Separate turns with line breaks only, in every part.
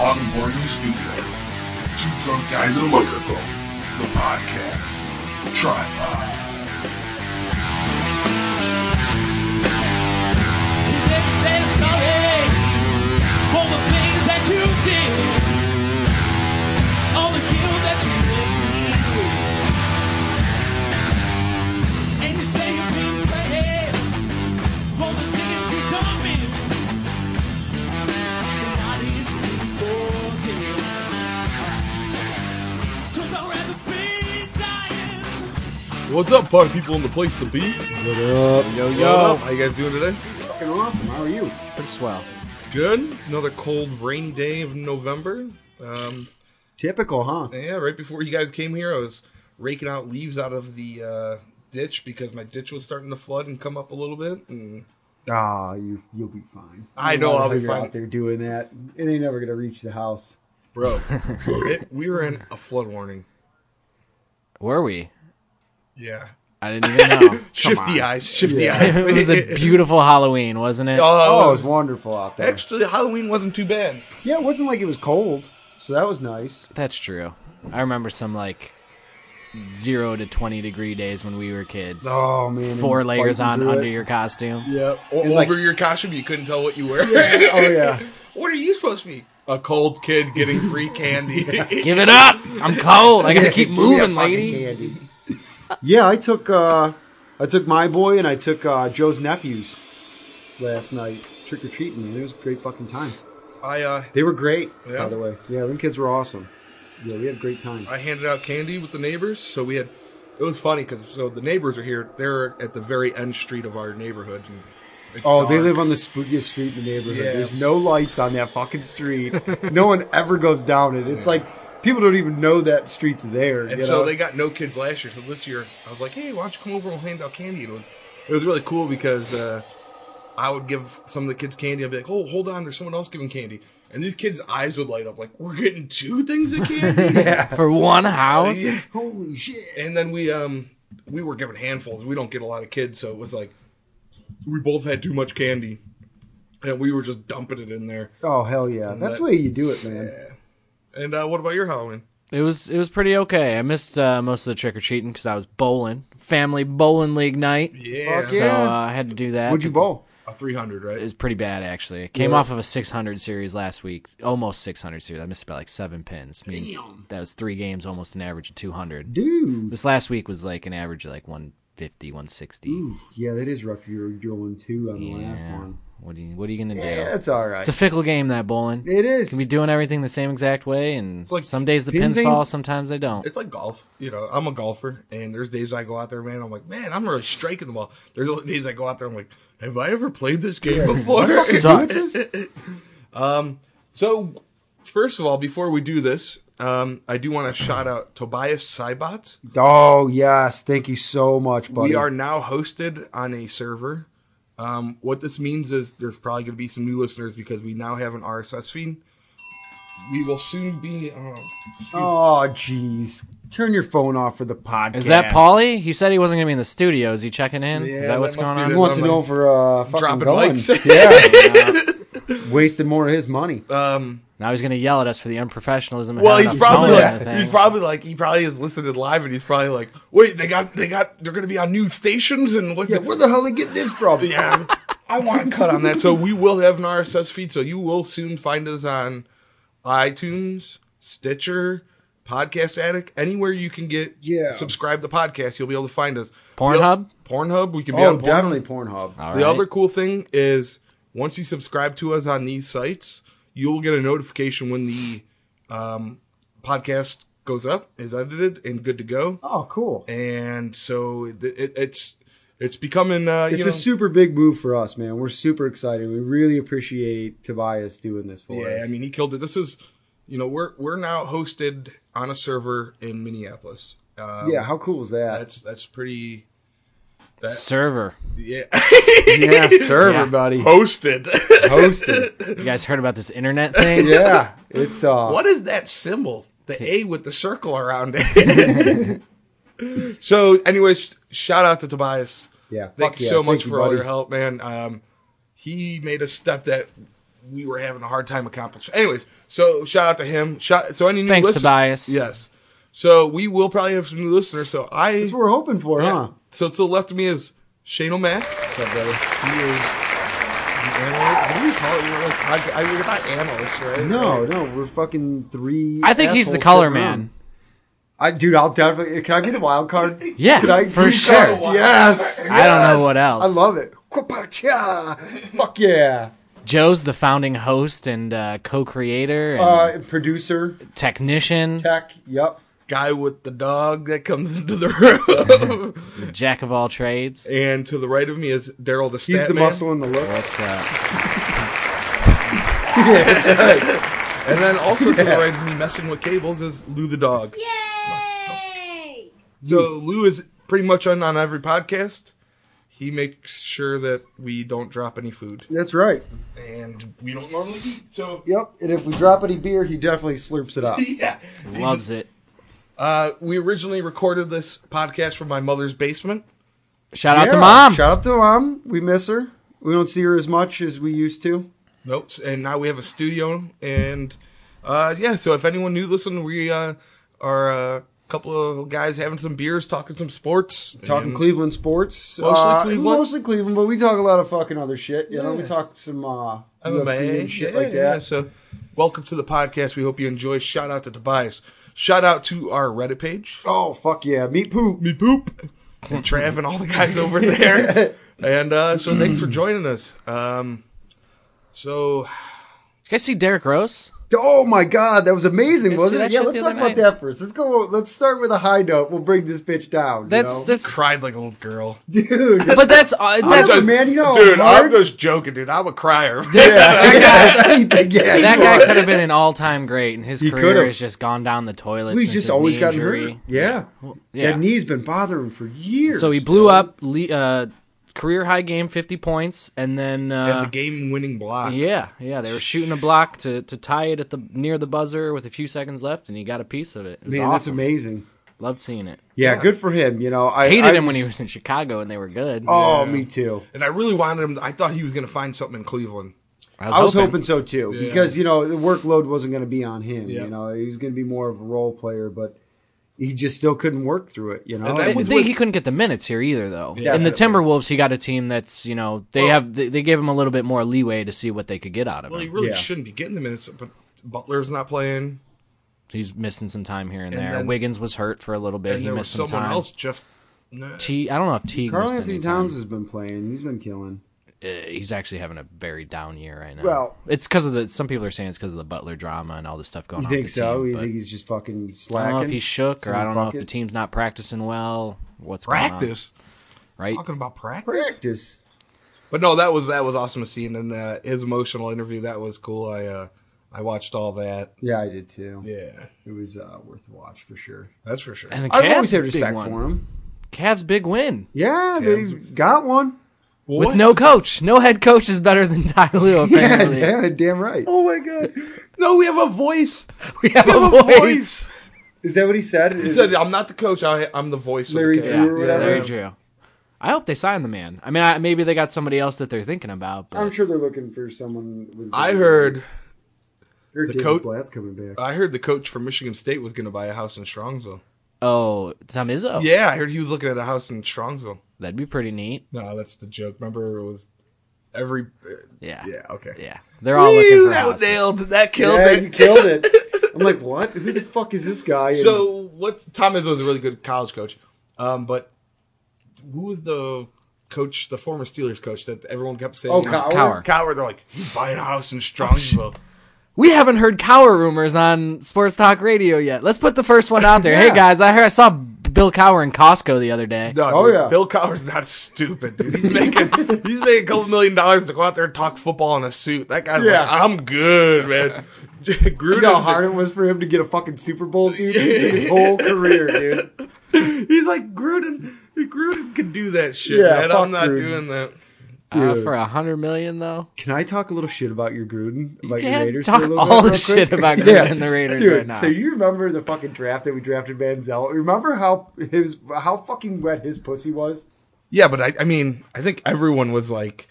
Comedy Studio. It's two drunk guys and a microphone. The podcast. Tripod.
You didn't say sorry for the things that you did, all the guilt that you did, and you say you've been praying for the sins you committed. Why did you forgive? 'Cause I'd rather be dying.
What's up, party people in the place to be? What up? Yo, yo. How you guys doing today?
Fucking awesome. How are you?
Pretty swell.
Good. Another cold, rainy day of November. Um,
Typical, huh?
yeah, right before you guys came here, I was raking out leaves out of the uh, ditch because my ditch was starting to flood and come up a little bit. And
Ah, you you'll be fine.
I
don't
know I'll
how
be
you're
fine.
Out there doing that, it ain't never gonna reach the house.
bro, it, we were in a flood warning.
Were we?
Yeah.
I didn't even know.
shifty eyes. Shifty eyes.
it was a beautiful Halloween, wasn't it?
Oh,
Oh, it was wonderful out there.
actually, Halloween wasn't too bad.
Yeah, it wasn't like it was cold, so that was nice.
That's true. I remember some like zero to twenty degree days when we were kids.
Oh man, and
Four layers
fighting
on
through
under
it.
your costume.
Yeah. Or over
And, like-
your costume, you couldn't tell what you were.
Oh yeah,
What are you supposed to be? A cold kid getting free candy.
Give it up! I'm cold. I gotta keep
Give me that
moving,
fucking
lady.
candy. yeah, I took uh, I took my boy and I took uh, Joe's nephews last night trick or treating. Man, it was a great fucking time.
I uh,
They were great,
Yeah.
by the way. Yeah, them kids were awesome. Yeah, we had a great time.
I handed out candy with the neighbors, so we had. It was funny because so the neighbors are here. They're at the very end street of our neighborhood. And it's
Oh, they
dark.
live on the spookiest street in the neighborhood.
Yeah.
There's no lights on that fucking street. no one ever goes down it. It's like people don't even know that street's there.
And
you
so
know?
they got no kids last year. So this year, I was like, "Hey, why don't you come over and we'll hand out candy?" And it was it was really cool because uh, I would give some of the kids candy. I'd be like, "Oh, hold on, there's someone else giving candy." And these kids' eyes would light up like, "We're getting two things of candy."
For one house?
Yeah.
holy shit.
and then we um we were given handfuls. We don't get a lot of kids, so it was like we both had too much candy, and we were just dumping it in there.
Oh hell yeah, that's
that-
the way you do it, man.
And uh, what about your Halloween?
It was it was pretty okay. I missed uh, most of the trick or treating because I was bowling, family bowling league night.
Yeah,
Fuck
So
yeah.
uh, I had to do that.
What'd you
but-
bowl?
a three hundred, right?
It was pretty bad actually. It came
Yeah.
off of a 600 series last week, almost 600 series. I missed about like seven pins. Means that was three games, almost an average of 200.
Dude,
This last week was like an average of like 150, 160.
Oof, yeah, that is rough. You're going two on the last
Yeah.
one.
What are you What are you gonna do?
Yeah, it's all right.
It's a fickle game that bowling.
it is.
Can be doing everything the same exact way, and
like
some days the
pins
pins
ain't-
fall, sometimes they don't.
It's like golf, you know. I'm a golfer, and there's days I go out there, man. I'm like, man, I'm really striking the ball. There's other days I go out there, I'm like, have I ever played this game before?
Sucks.
so, first of all, before we do this, um, I do want to shout out Tobias Seibot.
oh yes, thank you so much, buddy.
We are now hosted on a server. Um, what this means is there's probably going to be some new listeners because we now have an RSS feed. We will soon be. Um,
Oh jeez, turn your phone off for the podcast.
Is that Paulie? He said he wasn't gonna be in the studio. Is he checking in?
Yeah,
Is
that
that what's
must
going
be
on?
the-
He wants to know if we're uh, fucking
Dropping
going.
mics.
Yeah, wasted more of his money.
um,
Now he's gonna yell at us for the unprofessionalism. of
well,
having
he's
a phone
probably
in
like,
the
he's
thing.
probably like he probably is listening live, and he's probably like, wait, they got they got they're going to be on new stations, and what?
Yeah, where the hell they get this from?
yeah, I want to cut on that. So we will have an RSS feed. So you will soon find us on iTunes, Stitcher, Podcast Addict, anywhere you can get
Yeah.
subscribe to podcast. You'll be able to find us.
Pornhub?
We'll- Pornhub. We can be
Oh,
on Pornhub.
definitely Pornhub.
All
The
right.
other cool thing is once you subscribe to us on these sites, you'll get a notification when the um, podcast goes up, is edited, and good to go.
Oh, cool.
And so it, it, it's it's becoming uh, you
It's
know,
a super big move for us, man. We're super excited. We really appreciate Tobias doing this for us.
Yeah, I mean, he killed it. This is, you know, we're we're now hosted on a server in Minneapolis. Um,
yeah, how cool is that?
that's that's pretty.
server.
Yeah,
Yeah, server,
Yeah.
buddy.
hosted.
Hosted.
You guys heard about this internet thing?
Yeah, it's uh,
what is that symbol? The A with the circle around it. so, anyways, shout out to Tobias.
Yeah,
thank
fuck
you
yeah.
so much
Thank you,
for all
buddy.
your help, man. Um, he made a step that we were having a hard time accomplishing. Anyways, so shout out to him. Shout, so any new
Thanks,
listen-
Tobias.
Yes. So we will probably have some new listeners. So I
That's what we're hoping for, huh?
so to the left of me is Shane O'Mac. What's up, brother? He is the analyst. What do we call it? You're like, podca- I, we're not analysts, right?
No,
Right.
no, we're fucking three.
I think he's the
assholes
color
sitting
man.
around. I, dude, I'll definitely. Can I be the wild card?
Yeah,
Can I,
for
be-
sure.
Yes,
I don't know
yes.
what else.
I love it. Quapacha. Fuck yeah.
Joe's the founding host and uh, co-creator and
Uh, producer,
technician,
tech. Yep.
Guy with the dog that comes into the room.
Mm-hmm.
jack of all trades.
and to the right of me is Daryl the
He's
Stat
the
Man.
muscle and the looks.
What's up?
And then also to the right of me, messing with cables, is Lou the dog.
Yay!
So Lou is pretty much on, on every podcast. He makes sure that we don't drop any food,
That's right.
and we don't normally eat. So
Yep. And if we drop any beer, he definitely slurps it up.
yeah,
Loves it.
uh, we originally recorded this podcast from my mother's basement.
Shout out to
Yeah.
mom.
Shout out to mom. We miss her. We don't see her as much as we used to.
Nope, and now we have a studio, and uh, yeah. So if anyone new listen, we uh, are uh, a couple of guys having some beers, talking some sports,
Talking
and-
Cleveland sports.
Mostly
Uh,
Cleveland?
Mostly Cleveland, but we talk a lot of fucking other shit. You know, we
Yeah.
talk some uh, UFC
MMA,
and shit
yeah,
like that.
yeah. So, welcome to the podcast. We hope you enjoy. Shout out to Tobias. Shout out to our Reddit page,
Oh, fuck yeah. Meat poop.
me poop, and Trav and all the guys over there. And uh, so, thanks for joining us. Um, so,
You guys see Derek Rose?
Oh my god, that was amazing,
Yes,
wasn't
that
it? Yeah,
shit
let's
the
talk
other
about
night.
that first. Let's go. Let's start with a high note. We'll bring this bitch down.
That's
you know?
that's.
cried like a little girl.
dude.
But that's uh, that's
just- man, you know,
dude, I'm
Mark-
just joking, dude. I'm a crier.
that guy, yeah,
that
you
guy
are.
could have been an all-time great, and his
He
career
could've.
has just gone down the toilet.
He's
since
just
his
always
knee
gotten
injury.
hurt. Yeah.
Yeah.
that knee's been bothering him for years.
So he blew up le- uh, career high game, fifty points, and then
and the
uh,
game-winning block.
yeah, yeah, they were shooting a block to, to tie it at the near the buzzer with a few seconds left, and he got a piece of it. It was
Man, that's
awesome.
amazing.
Loved seeing it.
Yeah, good for him. You know, I
Hated
I
him when he was in Chicago, and they were good.
Oh, me too.
And I really wanted him. I thought he was going to find something in Cleveland.
I was hoping so too,
Yeah.
because you know the workload wasn't going to be on him.
Yeah.
You know, he was going to be more of a role player, but he just still couldn't work through it. You know,
And that
It
I
was-
was-
think he couldn't get the minutes here either, though. in the
Definitely.
Timberwolves, he got a team that's you know they have they, they gave him a little bit more leeway to see what they could get out of
Well, he
him.
really
Yeah.
shouldn't be getting the minutes, but Butler's not playing.
He's missing some time here and,
And
there.
then-
Wiggins was hurt for a little bit.
and
He
there was
missed some
someone
time.
else, Jeff. Nah.
T, I don't know if Teague.
Carl
missed
Anthony
any
Towns
time.
has been playing. He's been killing.
Uh, he's actually having a very down year right now.
Well-
it's because of the. Some people are saying it's because of the Butler drama and all this stuff going
You
on. with
think
the
so?
team,
you
but
think he's just fucking
I
slacking?
don't know if he's shook or I
Saying
don't know if
fuck
the
it?
team's not practicing well. What's
practice.
going on, right?
Talking about practice.
practice.
But no, that was that was awesome to see, and then uh, his emotional interview that was cool. I uh, I watched all that.
Yeah, I did too.
Yeah,
It was uh, worth the watch for sure.
that's for sure.
And the
I've
Cavs
always had
big
respect
one.
for him.
Cavs big win.
Yeah,
Cavs-
they got one.
With no coach, no head coach is better than Ty Lue.
Yeah,
Apparently,
yeah, damn right.
oh my god! No, we have a voice.
we have,
We have
a voice.
Is that what he said?
He said, "I'm not the coach. I, I'm the voice."
Larry
of the
Drew
Cavs."
Yeah,
or whatever.
Larry Drew. I hope they sign the man. I mean, I, maybe they got somebody else that they're thinking about. But
I'm sure they're looking for someone. With
I heard
Heard
the
David
coach- Uh,
Blatt's coming back.
I heard the coach from Michigan State was going to buy a house in Strongsville.
oh, Tom Izzo.
Yeah, I heard he was looking at a house in Strongsville.
That'd be pretty neat.
No, that's the joke. Remember, it was every uh,
Yeah,
yeah okay
yeah. They're all looking
Whew,
for.
that
houses.
nailed that killed
yeah,
it.
you killed it. I'm like, what? Who the fuck is this guy? And
So what? Tom Izzo is a really good college coach, um, but who was the coach, the former Steelers coach that everyone kept saying?
oh, Coward.
Coward.
Coward. They're like he's buying a house in Strongsville.
We haven't heard Cower rumors on Sports Talk Radio yet. Let's put the first one out there. Hey
Yeah.
guys, I heard I saw Bill Cower in Costco the other day.
No,
Oh,
dude,
yeah.
Bill Coward's not stupid, dude. He's making he's making a couple million dollars to go out there and talk football in a suit. That guy's
Yeah.
like, I'm good, man. Gruden,
You know how hard it was for him to get a fucking Super Bowl, dude? He took his whole career, dude.
he's like Gruden. Gruden could do that shit,
Yeah,
man. I'm
fuck
not
Gruden.
doing that.
Uh,
Dude.
for a hundred million though.
Can I talk a little shit about your Gruden? About
can
your Raiders?
talk
for a little
all
bit,
the
real
shit
quick?
about Gruden
Yeah.
and the Raiders
Dude,
right now.
So you remember the fucking draft that we drafted Manziel? Remember how his how fucking wet his pussy was?
Yeah, but I, I mean, I think everyone was like,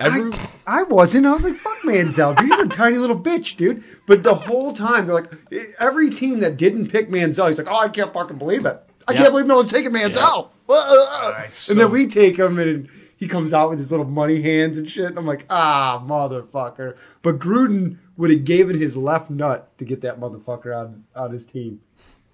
Every,
I wasn't. I was like, fuck Manziel, dude. He's a tiny little bitch, dude. But the whole time, they're like, every team that didn't pick Manziel, he's like, oh, I can't fucking believe it. I
Yeah.
can't believe no one's taking Manziel. Uh, uh, uh.
Nice.
And then we take him, and he comes out with his little money hands and shit. And I'm like, ah, motherfucker. But Gruden would have given his left nut to get that motherfucker on, on his team.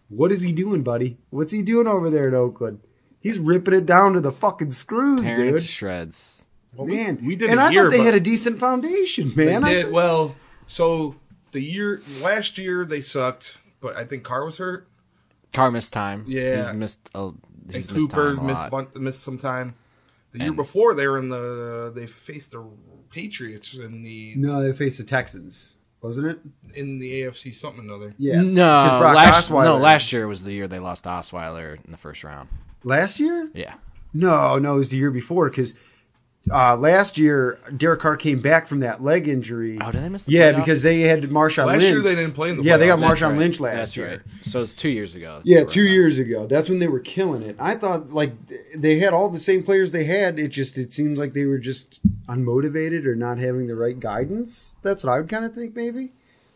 What is he doing, buddy? What's he doing over there in Oakland? He's ripping it down to the fucking screws,
Parent
dude.
shreds.
we-
Man,
we did
and
a
I
year,
thought they
but-
had a decent foundation, man. I
they did
thought-
well. So the year last year they sucked, but I think Carr was hurt
Carr missed time.
Yeah.
he's missed. A, he's
and
missed
Cooper
time a
missed
lot.
bun- missed some time. The year
And-
before they were in the they faced the Patriots in the
No, they faced the Texans, wasn't it?
in the AFC something or other.
Yeah.
No,
'Cause Brock
last,
Osweiler-
no, last year was the year they lost Osweiler in the first round.
last year?
Yeah,
No, no, it was the year before because uh, last year Derek Carr came back from that leg injury.
Oh, did they miss the
yeah,
playoffs?
because they had Marshawn.
Last
Lynch.
year they didn't play in the
Yeah, they got
playoffs. That's
Marshawn
Right.
Lynch last
That's
year.
right. So it's two years ago.
Yeah,
They were
two
in that.
years ago. That's when they were killing it. I thought like they had all the same players they had. It just it seems like they were just unmotivated or not having the right guidance. That's what I would kind of think maybe.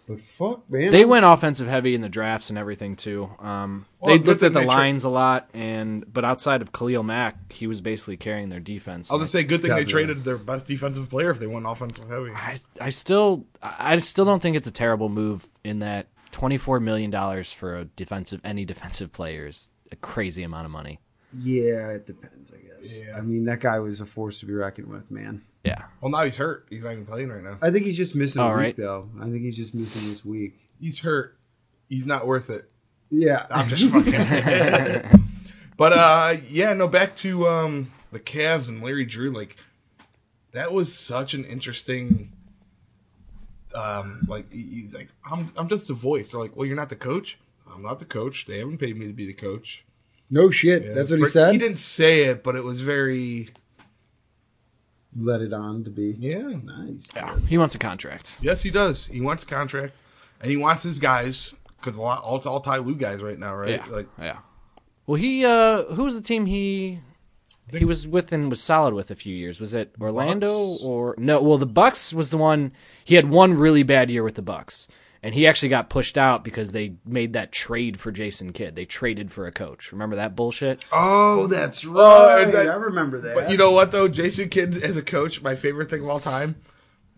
But fuck, man,
They
I'm-
went offensive heavy in the drafts and everything too. Um,
Well,
they
good
looked
thing
at the
they tra-
lines a lot, and but outside of Khalil Mack, he was basically carrying their defense.
I was gonna say, good thing they
Definitely.
traded their best defensive player if they went offensive heavy.
I, I still I I still don't think it's a terrible move in that twenty four million dollars for a defensive any defensive player is a crazy amount of money.
Yeah, it depends, I guess.
Yeah.
I mean, that guy was a force to be reckoned with, man.
Yeah.
Well, now he's hurt. He's not even playing right now.
I think he's just missing
All
a week,
right.
though. I think he's just missing this week.
He's hurt. He's not worth it.
Yeah,
I'm just fucking. but uh, yeah, no. Back to um the Cavs and Larry Drew. Like that was such an interesting. Um, like he- he's like I'm, I'm just a voice. They're like, well, you're not the coach. I'm not the coach. They haven't paid me to be the coach.
no shit. That's what he
But
said.
He didn't say it, but it was very
Let it on to be.
yeah.
Nice.
He wants a contract.
Yes, he does. He wants a contract, and he wants his guys because a lot all, it's all Ty Lue guys right now, right?
Yeah.
Like
yeah. Well, he uh, who was the team he he was with and was solid with a few years? Was it Orlando
Bucks?
or no? Well, the Bucks was the one he had one really bad year with the Bucks, and he actually got pushed out because they made that trade for Jason Kidd. They traded for a coach. Remember that bullshit?
Oh, that's right.
Oh, and that-
I remember that.
But you know what though, Jason Kidd as a coach, my favorite thing of all time,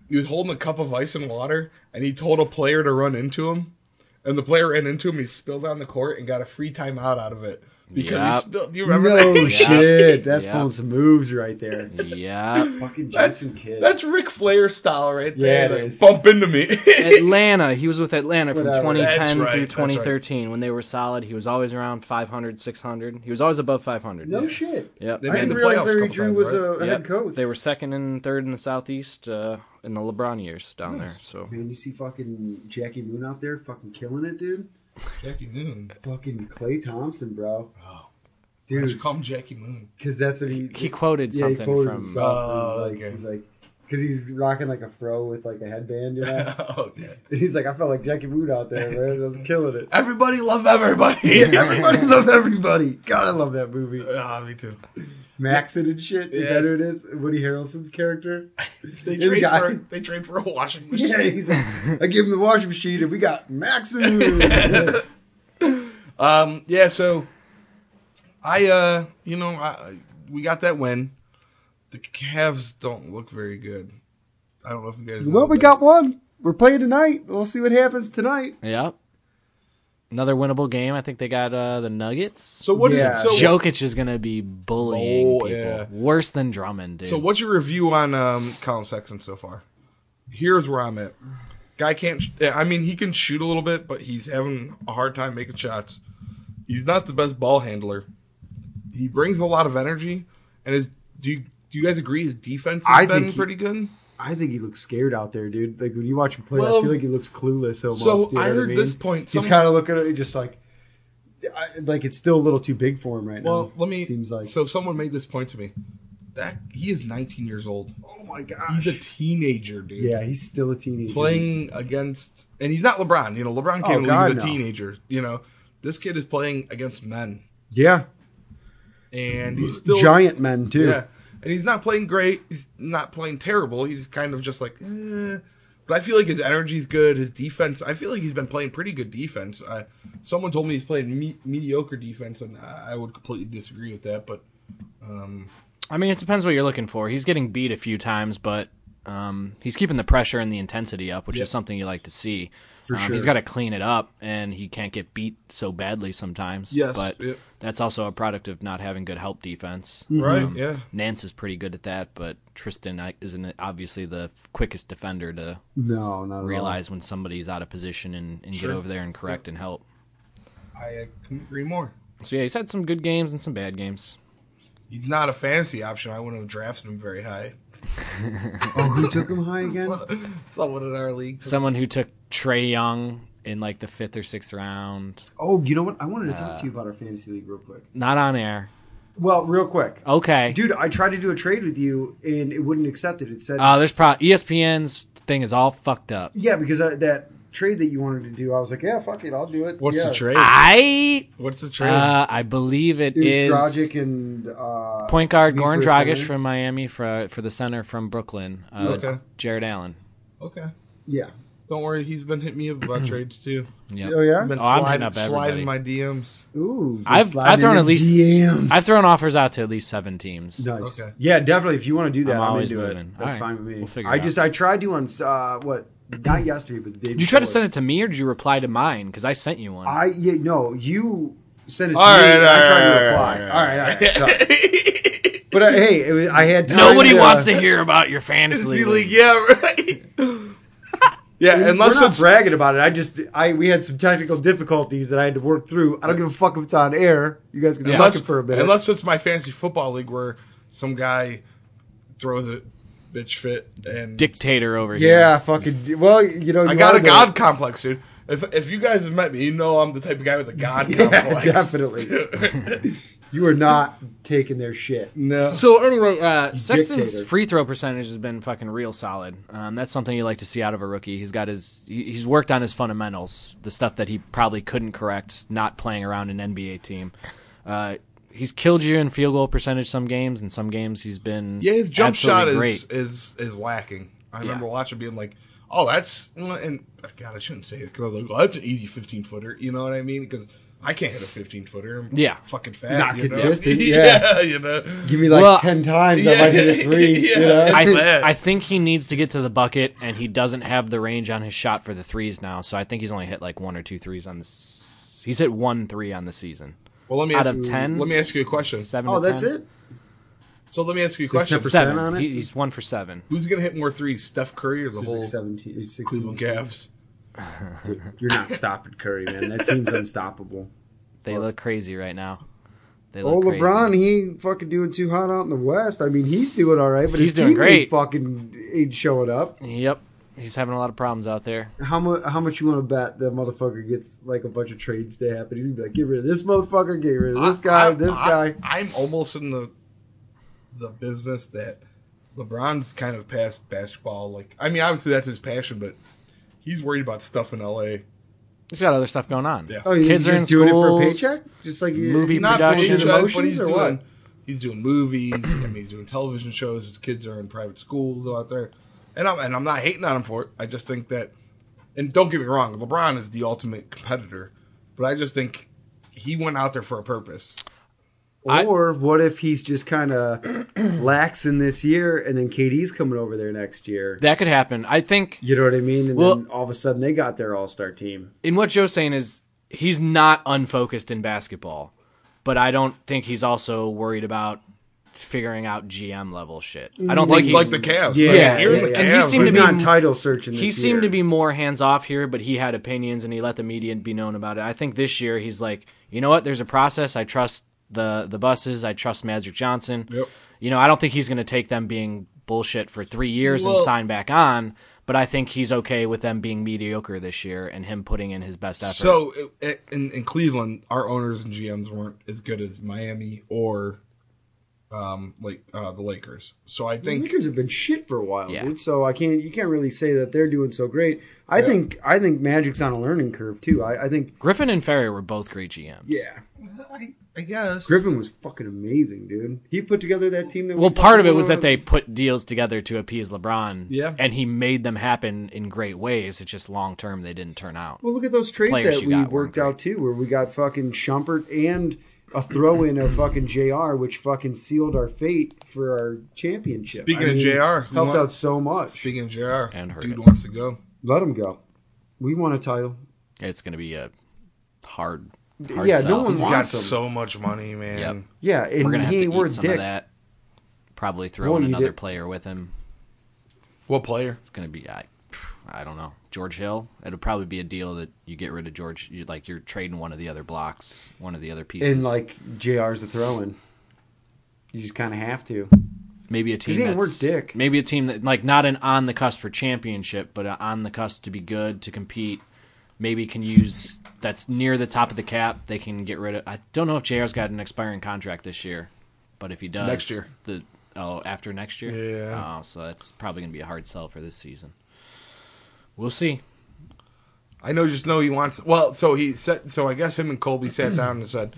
he was holding a cup of ice and water, and he told a player to run into him, and the player ran into him. He spilled on the court and got a free timeout out of it because
Yep.
he spilled. Do you remember
no
that?
shit. That's
Yeah.
pulling some moves right there.
yeah.
Fucking
That's
Jason Kidd.
that's Ric Flair style right
Yeah,
there.
it
like,
is.
Bump into me.
Atlanta. He was with Atlanta from
Whatever.
2010
That's right,
through
that's right.
2013 when they were solid. He was always around 500, 600. He was always above 500.
no
Yeah.
shit.
Yep.
They
I
made
didn't
the
realize
playoffs
Larry
a couple
Drew
times,
was
right?
a head
Yep.
coach.
They were second and third in the Southeast uh, in the LeBron years down there. So
Man, you see fucking Jackie Moon out there, fucking killing it, dude.
Jackie Moon.
Fucking Clay Thompson, bro.
Oh. I
Dude,
should call him Jackie Moon.
because that's what he
he quoted
Yeah, he
something
quoted
from.
himself.
Oh,
he's like,
okay.
he's like, because he's rocking like a fro with like a headband, you know.
okay.
and he's like, I felt like Jackie Wood out there, man. I was killing it.
Everybody love everybody.
everybody love everybody. God, I love that movie.
Ah, me too.
Maxon and shit. Is
Yes.
that who it is? Woody Harrelson's character.
They
This
trade
guy-
for they trade for a washing machine.
Yeah, he's like, I gave him the washing machine, and we got Maxon. Yeah.
Um, yeah, so I, uh, you know, I, I- we got that win. The Cavs don't look very good. I don't know if you guys. know
well, we
that.
got one. We're playing tonight. We'll see what happens tonight.
Yep. Another winnable game. I think they got uh, the Nuggets.
So what is
Yeah.
it? So,
Jokic is going to be bullying
Oh,
people
yeah.
worse than Drummond, dude.
so what's your review on um, Colin Sexton so far? Here's where I'm at. Guy can't. Sh- I mean, he can shoot a little bit, but he's having a hard time making shots. He's not the best ball handler. He brings a lot of energy, and is do you do you guys agree his defense has
I
been
think he-
pretty good?
I think he looks scared out there, dude. Like when you watch him play, I
Well,
feel like he looks clueless almost.
so
you know
I
what
heard
mean?
this point,
He's
some-
kind of looking at it, just like, I, like it's still a little too big for him right
Well,
now.
let me.
Seems like.
so. Someone made this point to me. That he is 19 years old.
oh my god.
He's a teenager, dude.
yeah, he's still a teenager.
Playing against, and he's not LeBron. You know, LeBron
Oh,
came when
God,
he was a
no.
teenager. You know, this kid is playing against men,
Yeah,
and he's still
giant men too.
Yeah, and he's not playing great. He's not playing terrible. He's kind of just like, eh. but I feel like his energy's good. His defense, I feel like he's been playing pretty good defense. I, someone told me he's playing me- mediocre defense, and I I would completely disagree with that. But
I mean, it depends what you're looking for. He's getting beat a few times, but um, he's keeping the pressure and the intensity up, which
Yeah.
is something you like to see.
For
Um,
sure.
He's got to clean it up, and he can't get beat so badly sometimes.
Yes,
but
yeah.
that's also a product of not having good help defense.
right, yeah,
Nance is pretty good at that, but Tristan I- isn't obviously the quickest defender to
No, not at all.
realize when somebody's out of position and, and
Sure.
get over there and correct and help.
I uh, couldn't agree more.
So yeah, he's had some good games and some bad games.
He's not a fantasy option. I wouldn't have drafted him very high.
Oh, who took him high again?
Someone in our league.
Someone who took Trey Young in like the fifth or sixth round,
Oh, you know what? I wanted to talk to you about our fantasy league real quick.
not on air.
Well, real quick.
Okay,
Dude, I tried to do a trade with you and it wouldn't accept it. It said,
Uh, there's pro ESPN's thing is all fucked up.
yeah, because I, that trade that you wanted to do, I was like, yeah, fuck it, I'll do it.
What's
Yeah.
the trade?
I
What's the trade?
Ah. uh, I believe it
It was
is
Dragic and. eh? Uh,
point guard
Me
Goran
for a
Dragic
center.
from Miami for for the center from Brooklyn. Uh,
Okay.
Jared Allen.
okay.
Yeah.
Don't worry, he's been hitting me up about trades too.
Yep.
Oh, yeah?
I've been
Oh, I'm
sliding,
hitting up
sliding
everybody.
my DMs.
Ooh.
I've-
sliding
I've thrown
in
at least-
DMs.
I've thrown offers out to at least seven teams.
Nice.
Okay.
Yeah, definitely. If you want to do that,
I'm
I'm,
always
into
moving.
it. That's
All right.
fine with me.
We'll figure
I
it
just
out.
I tried to on uh, what not yesterday, but the day.
Did you try to send it to me or did you reply to mine? Because I sent you one.
I yeah no you sent it. To
All
me,
right,
and
all
I tried
right,
to reply. All right, all right. so- but uh, hey, it was, I had time
Nobody
to, uh,
wants to hear about your fantasy league.
yeah, right. yeah,
Unless
unless
we're not
it's
bragging about it, I just I we had some technical difficulties that I had to work through. I don't give a fuck if it's on air. You guys can suck
unless,
it for a bit.
unless it's my fantasy football league where some guy throws a bitch fit and
Dictator over here.
yeah, fucking. Well, you know,
I
you
got
are
a
the-
god complex, dude. If if you guys have met me, you know I'm the type of guy with a god complex.
definitely. you are not taking their shit.
No.
So anyway, uh, Sexton's
dictator.
free throw percentage has been fucking real solid. Um, that's something you like to see out of a rookie. He's got his he- he's worked on his fundamentals, the stuff that he probably couldn't correct not playing around an NBA team. Uh, he's killed you in field goal percentage some games, and some games he's been
Yeah, his jump shot
absolutely
is
great.
is is lacking. I remember watching being like, "Oh, that's and God, I shouldn't say it because I was like, well, that's an easy 15 footer." You know what I mean? Because I can't hit a 15 footer. I'm
Yeah.
fucking fat.
Not
you know?
consistent,
yeah. you know.
Give me like
Well,
ten times, I
yeah,
might hit a three.
yeah.
You know?
I,
Bad.
I think he needs to get to the bucket, and he doesn't have the range on his shot for the threes now. So I think he's only hit like one or two threes on this. He's hit one three on the season.
Well, let me
Out
ask
of
you,
10?
Let me ask you a question.
Seven.
oh,
to
that's
10.
it.
So let me ask you a
So it's
question.
10%.
Seven.
on it?
He- he's one for seven.
Who's gonna hit more threes, Steph Curry or the
He's
whole
like 17, he's 16.
Cleveland Cavs?
Dude, You're not stopping Curry, man. That team's unstoppable.
They look crazy right now. They
Oh,
look crazy.
LeBron, he ain't fucking doing too hot out in the West. I mean, he's doing all right, but
He's
his
doing
team
great.
ain't fucking ain't showing up.
Yep, he's having a lot of problems out there.
How much? How much you want to bet that motherfucker gets like a bunch of trades to happen? He's gonna be like, get rid of this motherfucker, get rid of this
I-
guy,
I-
this
I-
guy.
I'm almost in the the business that LeBron's kind of past basketball. Like, I mean, obviously that's his passion, but he's worried about stuff in LA.
He's got other stuff going on.
Yeah.
Oh, he's
Kids are
just
in
doing it for a
schools.
paycheck, just like you-
Movie
not
production.
bullshit
Paycheck,
emotions
he's
or
doing
what?
he's doing movies. I mean, he's doing television shows. His kids are in private schools out there, and I'm and I'm not hating on him for it. I just think that, and don't get me wrong, LeBron is the ultimate competitor, but I just think he went out there for a purpose.
I-
Or what if he's just kind of lax in this year, and then KD's coming over there next year?
That could happen. I think
You know what I mean? And
Well-
then all of a sudden they got their all star team.
in what Joe's saying is he's not unfocused in basketball, but I don't think he's also worried about figuring out GM level shit. I don't
Like
think
like
he's,
the Cavs.
Yeah,
I mean,
yeah,
you're in
yeah,
the
yeah.
And he
Cavs.
seemed
He's
to be
not
m-
title searching. This
he seemed
year.
to be more hands off here, but he had opinions and he let the media be known about it. I think this year he's like, you know what? There's a process. I trust the the buses. I trust Magic Johnson.
Yep.
You know, I don't think he's going to take them being bullshit for three years
Well-
and sign back on. But I think he's okay with them being mediocre this year and him putting in his best effort.
So i- in, in Cleveland, our owners and GMs weren't as good as Miami or um like uh, the Lakers. So I
The
think
Lakers have been shit for a while,
Yeah.
dude. So I can't. You can't really say that they're doing so great. I think. I think Magic's on a learning curve too. I, I think.
Griffin and Ferry were both great GMs.
Yeah.
I, I guess.
Griffin was fucking amazing, dude. He put together that team. That
Well,
we
part of it
talked
was
about.
that they put deals together to appease LeBron.
Yeah.
And he made them happen in great ways. It's just long term they didn't turn out.
Well, look at those trades
players
that
you
we
got
worked
weren't
out too, where we got fucking Shumpert and a throw in of fucking Jr., which fucking sealed our fate for our championship.
Speaking of JR, who
helped
won?
out so much.
Speaking of JR,
And heard
dude
it.
wants to go.
Let him go. We won a title.
It's going to be a hard, hard
Yeah, no
sell.
one-
He's got
Awesome.
so much money, man.
Yep.
Yeah, and
We're going to have
he
to
ain't
eat
worth
some
dick.
of that. Probably throw
Well,
in
you
another
did-
player with him.
What player?
It's going to be, I, I don't know, George Hill. It'll probably be a deal that you get rid of George. You, like you're trading one of the other blocks, one of the other pieces.
And like Jr's a throw in. You just kind of have to.
maybe a team
he ain't
that's
worth dick.
maybe a team that like not an on the cusp for championship, but a on the cusp to be good to compete. Maybe can use that's near the top of the cap. They can get rid of. I don't know if Jr's got an expiring contract this year, but if he does,
Next year.
the oh after next year,
Yeah.
Oh, so that's probably gonna be a hard sell for this season. We'll see.
I know, just know he wants. Well, so he said. So I guess him and Colby sat down and said,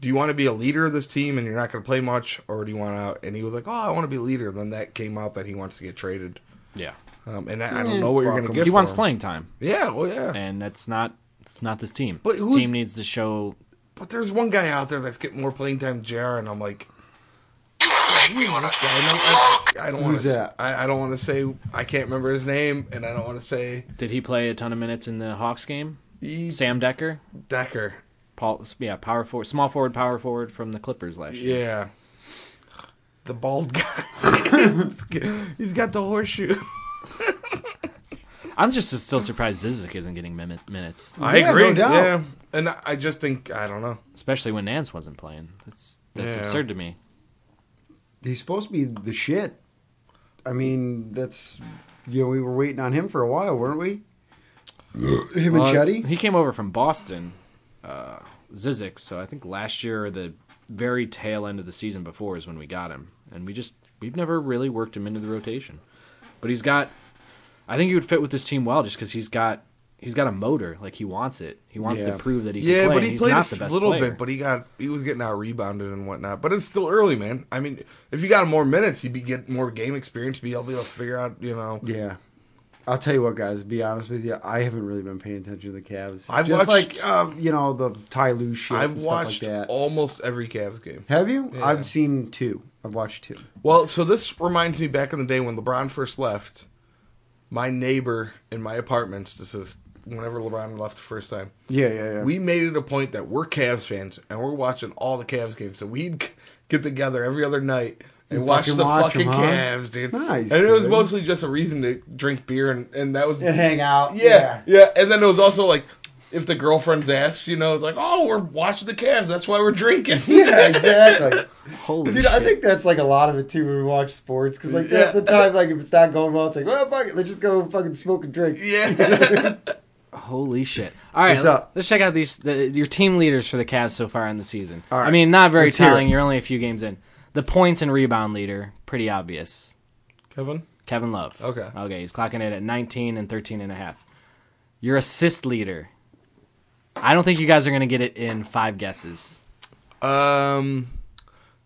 "Do you want to be a leader of this team and you're not going to play much, or do you want out?" And he was like, "Oh, I want to be leader." Then that came out that he wants to get traded.
Yeah,
Um, and I, I don't know what you're
fuck
going to
him.
get.
he
for
wants
him.
playing time,
Yeah, well, yeah.
and that's not it's not this team.
But
this
who's-
team needs to show
But there's one guy out there that's getting more playing time than JR, and I'm like, who is this guy? And I'm- I, I don't want
Who's
to.
that?
I, I don't want to say. I can't remember his name, and I don't want to say
did he play a ton of minutes in the Hawks game?
he,
Sam Decker.
Decker.
Paul, yeah, power forward, small forward, power forward from the Clippers last year.
Yeah, the bald guy. He's got the horseshoe.
I'm just still surprised Zizic isn't getting min- minutes,
I
Yeah,
agree.
no doubt.
yeah, and I- I just think I don't know.
especially when Nance wasn't playing. That's that's
Yeah.
absurd to me.
He's supposed to be the shit. I mean, that's you know we were waiting on him for a while, weren't we? Him
Well,
and Chetty.
Uh, he came over from Boston, uh, Zizic. So I think last year, or the very tail end of the season before, is when we got him, and we just we've never really worked him into the rotation. But he's got, I think he would fit with this team well, just because he's got he's got a motor, like he wants it. He wants
Yeah.
to prove that he can
Yeah,
play.
but
and
he
he's
played a
not the
f-
best
little
player.
bit, but he got he was getting out rebounded and whatnot. But it's still early, man. I mean, if you got him more minutes, you'd be get more game experience. Be able to figure out, you know.
Yeah. I'll tell you what, guys. To be honest with you, I haven't really been paying attention to the Cavs.
I've
just
watched-
like um, you know the Ty Lue shit.
I've
and
watched
stuff like that.
almost every Cavs game.
Have you?
Yeah.
I've seen two. I've watched two.
Well, so this reminds me back in the day when LeBron first left, my neighbor in my apartments, this is whenever LeBron left the first time,
Yeah, yeah, yeah.
we made it a point that we're Cavs fans and we're watching all the Cavs games. So we'd g- get together every other night and
And
watch
fucking
the
watch
fucking
'em, huh?
Cavs, dude.
Nice,
And it was
dude.
mostly just a reason to drink beer and, and that was
and hang out.
yeah, yeah, And then it was also like if the girlfriend's asked, you know, it's like, oh, we're watching the Cavs. That's why we're drinking.
Yeah, exactly.
Holy
Dude,
shit!
I think that's like a lot of it too when we watch sports because like
Yeah.
at the time, like if it's not going well, it's like, well, fuck it, let's just go fucking smoke and drink.
yeah.
Holy shit! All right,
What's up?
let's check out these the, your team leaders for the Cavs so far in the season.
All right.
I mean, not very
Let's hear
telling.
it.
You're only a few games in. The points and rebound leader, pretty obvious.
Kevin?
Kevin Love.
Okay.
Okay, he's clocking in at 19 and 13 and a half. Your assist leader. I don't think you guys are going to get it in five guesses.
Um,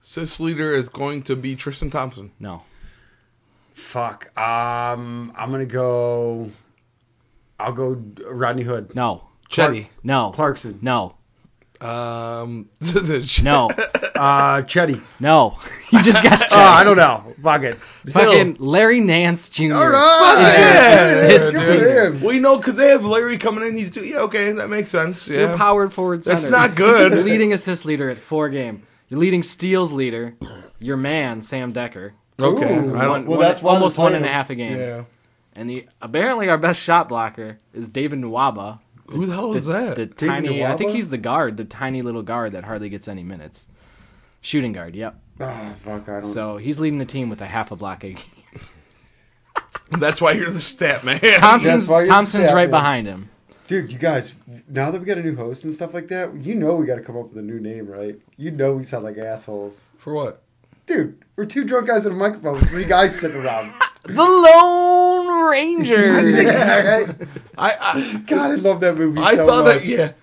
cis leader is going to be Tristan Thompson.
No.
Fuck. Um, I'm gonna go. I'll go Rodney Hood.
No.
Chetty.
No.
Clarkson.
No.
Um,
No.
Uh, Chetty.
No. you just guessed
Oh, I
Chet.
don't know. Fuck it.
Fucking Larry Nance Jr.
All right.
is your
Yeah,
assist
dude.
leader.
Well, you know, because they have Larry coming in. He's doing, yeah, okay, that makes sense.
Your
Yeah.
power forward center.
That's not good.
Your leading assist leader at four game. Your leading steals leader. Your man Sam Decker.
okay.
Ooh.
I don't,
Well,
One-
that's why they're
almost one
playing
and a
him.
half a game.
yeah.
And the apparently our best shot blocker is David Nwaba.
Who the hell is that?
The tiny. I think
Nwaba?
he's the guard, the tiny little guard that hardly gets any minutes. Shooting guard. Yep.
Oh, fuck. I don't.
So he's leading the team with a half a block a game.
that's why you're the stat man.
Thompson's
why you're the
Thompson's
stat
right
man.
behind him.
Dude, you guys, now that we got a new host and stuff like that, you know we got to come up with a new name, right? You know we sound like assholes.
For what?
Dude, we're two drunk guys in a microphone, with three guys sitting around.
The Lone Rangers.
I I,
God, I love that movie.
I
so
thought that
much.
yeah.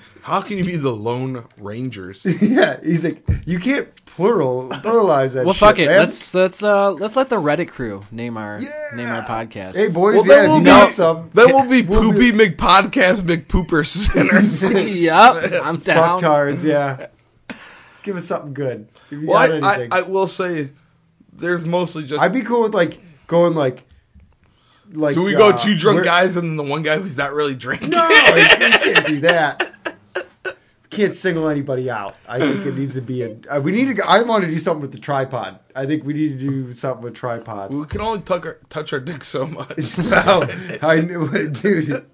How can you be the Lone Rangers?
Yeah, he's like, you can't plural pluralize that.
well,
shit,
fuck it.
man."
Let's let's uh let's let the Reddit crew name our name our podcast.
Hey boys,
Well, that
yeah,
will
if you
be-
got some.
That will be
We'll
Poopy McPodcast McPooper Sinners.
yep, I'm down.
Fucktards, yeah. Give us something good. If you
well,
got
I, I,
anything.
I will say, there's mostly just.
I'd be cool with like going like like.
do we go
uh,
two drunk
we're-
guys and then the one guy who's not really drinking?
No, you can't do that. Can't single anybody out. I think it needs to be a. uh, We need to. go- I want to do something with the tripod. I think we need to do something with tripod.
We can only tuck our, touch our dick so much.
So I knew, dude.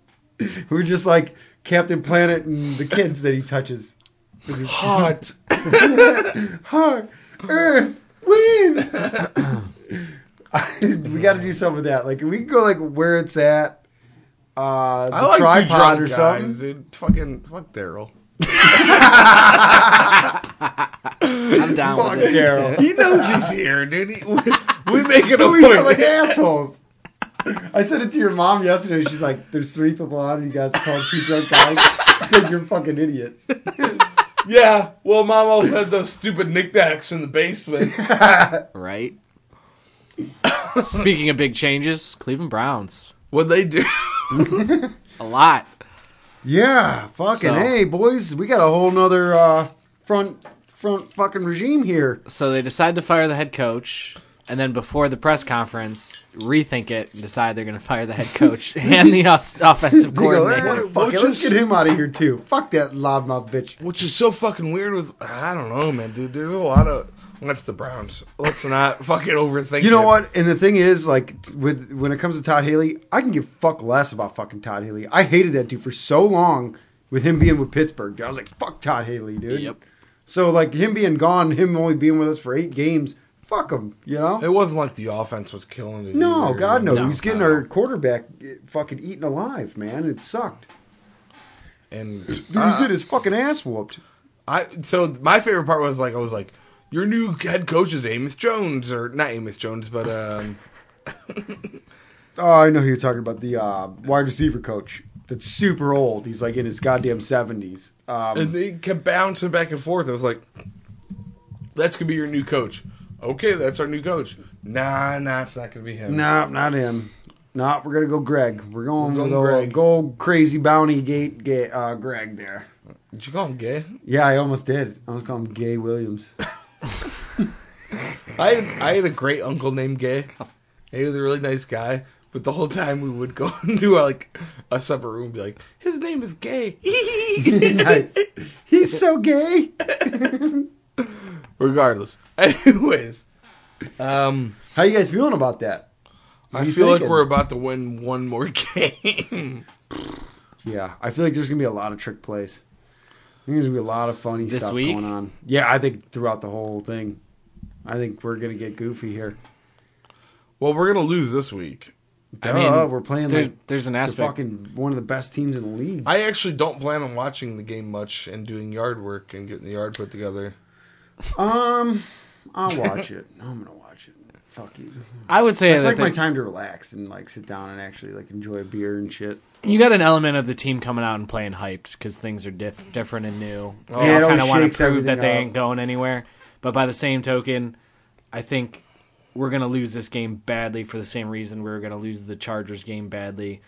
We're just like Captain Planet and the kids that he touches.
Hot.
Heart, Earth, Wind. we got to do something with that. Like we can go like where it's at. Uh, the
I like two
tripod
drunk
or
guys,
something.
dude. Fucking fuck Daryl.
I'm down
Fuck
with it.
Daryl.
He knows he's here, dude. He, we, we make it a
we sound like
point.
assholes. I said it to your mom yesterday. She's like, "There's three people out, and you guys are calling two drunk guys." She said, "You're a fucking idiot."
Yeah. Well, mom also had those stupid knickknacks in the basement.
Right. Speaking of big changes, Cleveland Browns
What they do?
a lot.
Yeah, fucking
So-
hey, boys, we got a whole nother uh, front front fucking regime here.
So they decide to fire the head coach, and then before the press conference, rethink it and decide they're going to fire the head coach and the os- offensive
They go,
coordinator.
"Eh, fuck
What's
it, let's
this-
get him out of here too. Fuck that loudmouth bitch.
Which is so fucking weird. Was I don't know, man, dude. There's a lot of. That's the Browns. Let's not fucking overthink.
You know
it.
what? And the thing is, like, t- with when it comes to Todd Haley, I can give fuck less about fucking Todd Haley. I hated that dude for so long with him being with Pittsburgh. Dude. I was like, fuck Todd Haley, dude.
Yep.
So like him being gone, him only being with us for eight games, fuck him. You know?
It wasn't like the offense was killing it.
no,
either.
God no.
No,
He was getting
not at
our quarterback eh, fucking eaten alive, man. It sucked.
And
Dude was
I,
getting his fucking ass whooped.
I so my favorite part was like I was like, your new head coach is Amos Jones or not Amos Jones, but um,
Oh, I know who you're talking about. The uh, wide receiver coach that's super old. He's like in his goddamn seventies. Um,
and they kept bouncing back and forth. I was like, that's gonna be your new coach. Okay, that's our new coach. Nah, nah, it's not gonna be him.
No, not him. No, we're gonna go Greg. We're going,
We're going
with old-
Greg.
go crazy bounty gate, gate uh, Greg there.
Did you call him gay?
Yeah, I almost did. I almost called him Gay Williams.
I I had a great uncle named Gay. He was a really nice guy, but the whole time we would go into like a separate room, and be like, his name is Gay.
nice. He's so gay.
Regardless, anyways, um,
How you guys feeling about that?
I
you
feel
thinking?
like we're about to win one more game.
Yeah, I feel like there's gonna be a lot of trick plays. I think there's gonna be a lot of funny
This
stuff
week?
going on. Yeah, I think throughout the whole thing, I think we're gonna get goofy here.
well, we're gonna lose this week.
I
Duh,
mean,
we're playing
there's,
like
there's an
the
aspect.
fucking one of the best teams in the league.
I actually don't plan on watching the game much and doing yard work and getting the yard put together.
Um, I'll watch it. I'm gonna watch it. Fuck you.
I would say
It's
that
like my
the-
time to relax and like sit down and actually like enjoy a beer and shit.
you got an element of the team coming out and playing hyped because things are diff- different and new.
Oh.
They
Yeah, it
all kind
always
of want
shakes
to prove
everything
that they
up.
ain't going anywhere. But by the same token, I think we're going to lose this game badly for the same reason we are going to lose the Chargers game badly,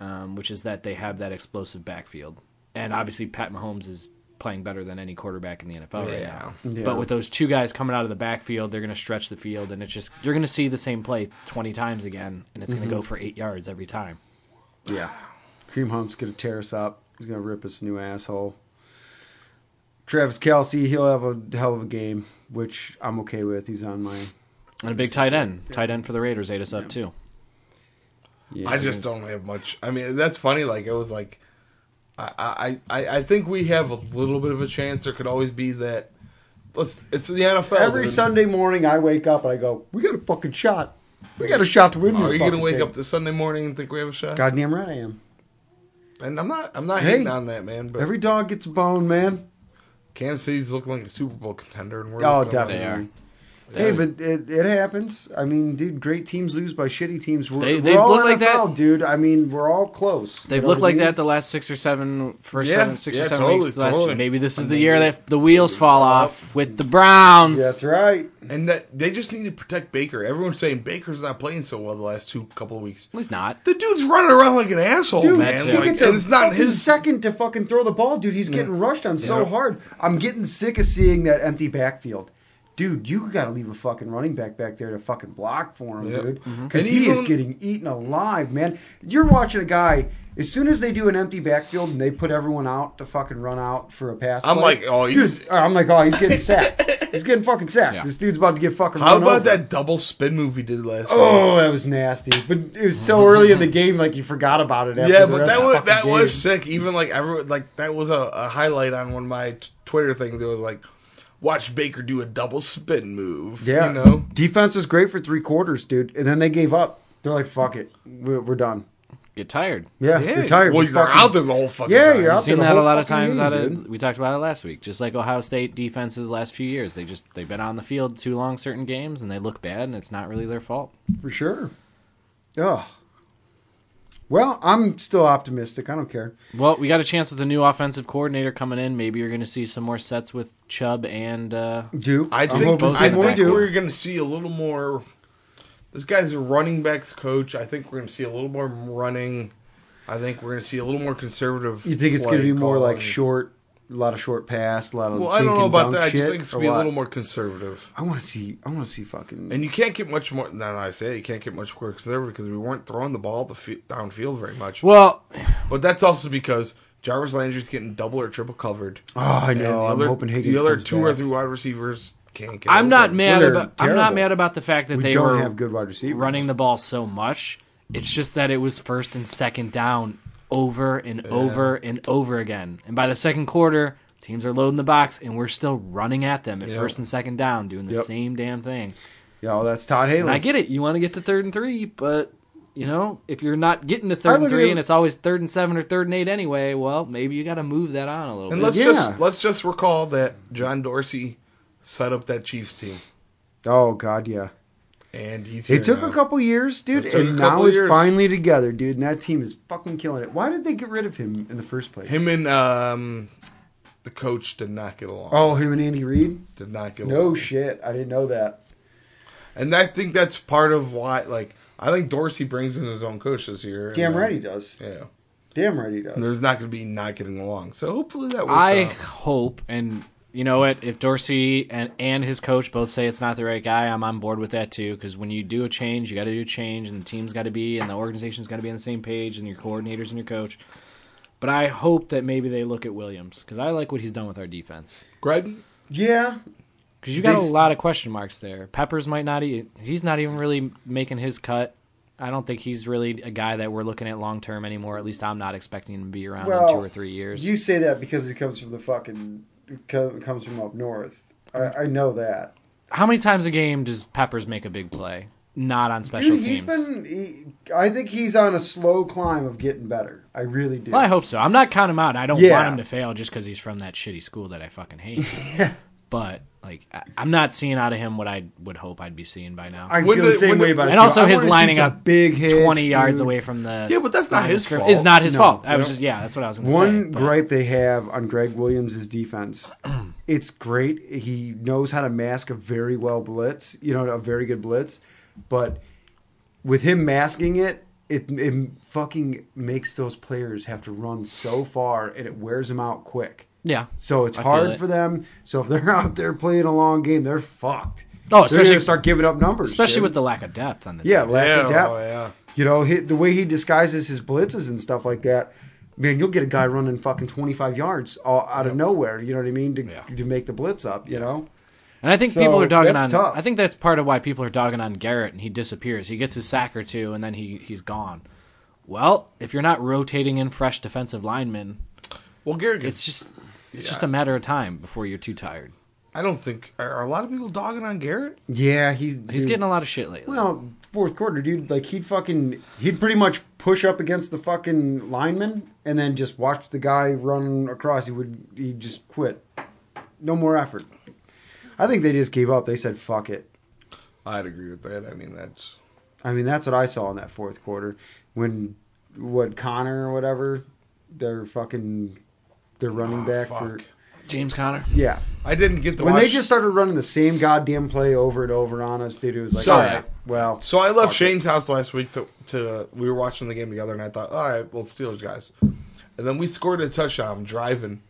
um, which is that they have that explosive backfield. And obviously, Pat Mahomes is playing better than any quarterback in the NFL right
Yeah.
now.
Yeah.
But with those two guys coming out of the backfield, they're going to stretch the field, and it's just you're going to see the same play 20 times again, and it's going to go for eight yards every time.
Yeah, Cream Hump's gonna tear us up. He's gonna rip us a new asshole. Travis Kelsey, he'll have a hell of a game, which I'm okay with. He's on my.
And a big tight end, tight end for the Raiders ate us up too.
Yeah,
I just don't have much. I mean, that's funny. Like it was like, I I I, I think we have a little bit of a chance. There could always be that. Let's. It's the NFL.
Every
dude.
Sunday morning, I wake up and I go, "We got a fucking shot. We got a shot to win this."
Are you Oh, gonna
fucking
wake
thing."
up this Sunday morning and think we have a shot?
Goddamn right, I am.
And I'm not. I'm not
Hey.
hating on that, man. But
Every dog gets a bone, man.
Kansas City's looking like a Super Bowl contender, and we're
Oh,
looking like-
definitely.
are.
Hey, but it, it happens. I mean, dude, great teams lose by shitty teams. We're,
They-
we're
they've
all
looked like
NFL,
that.
dude. I mean, we're all close. You
They've
know
looked
what I
like
mean?
that the last six or seven, first
Yeah,
seven, six
yeah,
or seven
totally,
weeks. Last
totally.
year. Maybe this is
And
the
they
year
get-
that the wheels fall off with the Browns.
That's right.
And that they just need to protect Baker. Everyone's saying Baker's not playing so well the last two couple of weeks.
At least not.
The dude's running around like an asshole,
Dude,
man.
that's
he
it.
Like,
gets
and
a
it's not
fucking
his.
second to fucking throw the ball, dude. He's getting rushed on so hard. I'm getting sick of seeing that empty backfield. Dude, you gotta leave a fucking running back back there to fucking block for him,
Yep.
dude.
Mhm.
Because
And
he is
even-
getting eaten alive, man. You're watching a guy. As soon as they do an empty backfield and they put everyone out to fucking run out for a pass,
I'm
play,
like, oh, he's-
dude, I'm like, oh, he's getting sacked. he's getting fucking sacked.
Yeah.
This dude's about to get fucking.
How
run
about
over.
that double spin move he did last week?
Oh, that was nasty. But it was so early in the game, like you forgot about it. After
Yeah,
the
but
rest of
that
the
was
fucking
that was
game.
sick. Even like everyone, like that was a, a highlight on one of my t- Twitter things. It was like, watch Baker do a double spin move.
Yeah,
you know,
defense was great for three quarters, dude, and then they gave up. They're like, "Fuck it, we're, we're done."
Get tired.
Yeah,
yeah.
you're tired.
Well,
We're
you're
fucking-
out there the whole fucking
Yeah,
time.
you're out there
Seen
the
that a
whole
lot of
fucking
times
game,
out of
dude.
we talked about it last week. Just like Ohio State defenses the last few years, they just they've been on the field too long certain games and they look bad and it's not really their fault.
for sure. Ugh. Well, I'm still optimistic. I don't care.
Well, we got a chance with the new offensive coordinator coming in. Maybe you're going to see some more sets with Chubb and uh,
Do
I
I'm
think
hoping
I
some more
think
do.
we're going to see a little more. This guy's a running backs coach. I think we're going to see a little more running. I think we're going to see a little more conservative.
You think it's
play
going to be more like
calling.
short, a lot of short pass, a lot of.
Well, I
dink
don't know
and
about
dunk
that. I just
shit,
think it's
or
going to be a
what?
little more conservative.
I want to see. I want to see fucking.
And you can't get much more. No, no, I say you can't get much more conservative because we weren't throwing the ball the fe- downfield very much.
well,
But that's also because Jarvis Landry's getting double or triple covered.
oh, I
And
know.
the
I'm
other,
hoping Higgins.
the other
comes
two
back.
or three wide receivers can't get.
I'm
open.
not mad
Well, they're
about I'm not
terrible.
mad about the fact that
We
they
don't
were
have good wide receivers.
running the ball so much. It's just that it was first and second down over and over and over again. And by the second quarter, teams are loading the box and we're still running at them at
Yep.
first and second down doing the
Yep.
same damn thing.
Yeah, well, that's Todd Haley.
And I get it. You want to get to third and 3, but you know, if you're not getting to third and
look at
3
it-
and it's always third and 7 or third and 8 anyway, well, maybe you got to move that on a little
And
bit.
let's
Yeah.
just let's just recall that John Dorsey set up that Chiefs team,
Oh God, yeah.
and he's here
It took
now.
a couple years, dude,
It took a
and
couple
now it's
years.
finally together, dude. And that team is fucking killing it. Why did they get rid of him in the first place?
Him and um, the coach did not get along.
oh, him and Andy Reid.
did not get along.
No shit, I didn't know that.
And I think that's part of why. Like, I think Dorsey brings in his own coach this year. and
Damn
then-
right he does.
Yeah.
Damn right he does.
And there's not going to be not getting along. So hopefully that works
I
out.
hope, and you know what? If Dorsey and, and his coach both say it's not the right guy, I'm on board with that too. Because when you do a change, you got to do a change, and the team's got to be, and the organization's got to be on the same page, and your coordinators and your coach. But I hope that maybe they look at Williams because I like what he's done with our defense.
Greg,
yeah,
Because you got
They
a
s-
lot of question marks there. Peppers might not. e- He's not even really making his cut. I don't think he's really a guy that we're looking at long term anymore. At least I'm not expecting him to be around
well,
in two or three years.
You say that because it comes from the fucking it co- it comes from up north. I, I know that.
How many times a game does Peppers make a big play? Not on special
Dude,
teams.
he's been. He, I think he's on a slow climb of getting better. I really do.
Well, I hope so. I'm not counting him out. and I don't
Yeah.
want him to fail just because he's from that shitty school that I fucking hate. But like, I, I'm not seeing out of him what I would hope I'd be seeing by now.
I
When
feel
the-
the same
when
way
the-
about it.
and
too.
also
I
his
wanna see
lining
some
up
big hits,
20 yards
dude.
away from the
Yeah, but that's not
from the
his
scrimmage
fault.
Is not his
No.
fault. I was just yeah, that's what I was gonna say.
One
but-
gripe they have on Greg Williams' defense, it's great. He knows how to mask a very well blitz, you know, a very good blitz. But with him masking it, it, it fucking makes those players have to run so far and it wears them out quick.
yeah.
So it's
I feel
hard
it.
for them. So if they're out there playing a long game, they're fucked.
Oh,
they're going
especially-
to start giving up numbers.
especially
dude.
with the lack of depth on the
Yeah,
team.
lack of
Yeah,
depth.
oh, yeah.
You know, he, the way he disguises his blitzes and stuff like that. Man, you'll get a guy running fucking 25 yards all out of nowhere, you know what I mean, to,
Yeah.
to make the blitz up, you know?
And I think
So,
people are dogging on.
that's tough.
I think that's part of why people are dogging on Garrett, and he disappears. He gets his sack or two, and then he he's gone. Well, if you're not rotating in fresh defensive linemen,
well, Garrett, gets,
it's just it's just a matter of time before you're too tired.
I don't think are, are a lot of people dogging on Garrett.
Yeah, he's
He's
dude.
getting a lot of shit lately.
Well, fourth quarter, dude, like he'd fucking he'd pretty much push up against the fucking lineman and then just watch the guy run across. He would he would just quit. No more effort. I think they just gave up. They said fuck it.
I'd agree with that. I mean, that's
I mean, that's what I saw in that fourth quarter when what Connor or whatever, their fucking their running
Oh,
back
fuck.
for
James Conner.
yeah.
I didn't get the
When
watch.
they just started running the same goddamn play over and over on us, dude, it was like,
So-
all right, well,
So I left Shane's house last week to, to we were watching the game together, and I thought, all right, well, Steelers guys. And then we scored a touchdown. I'm driving,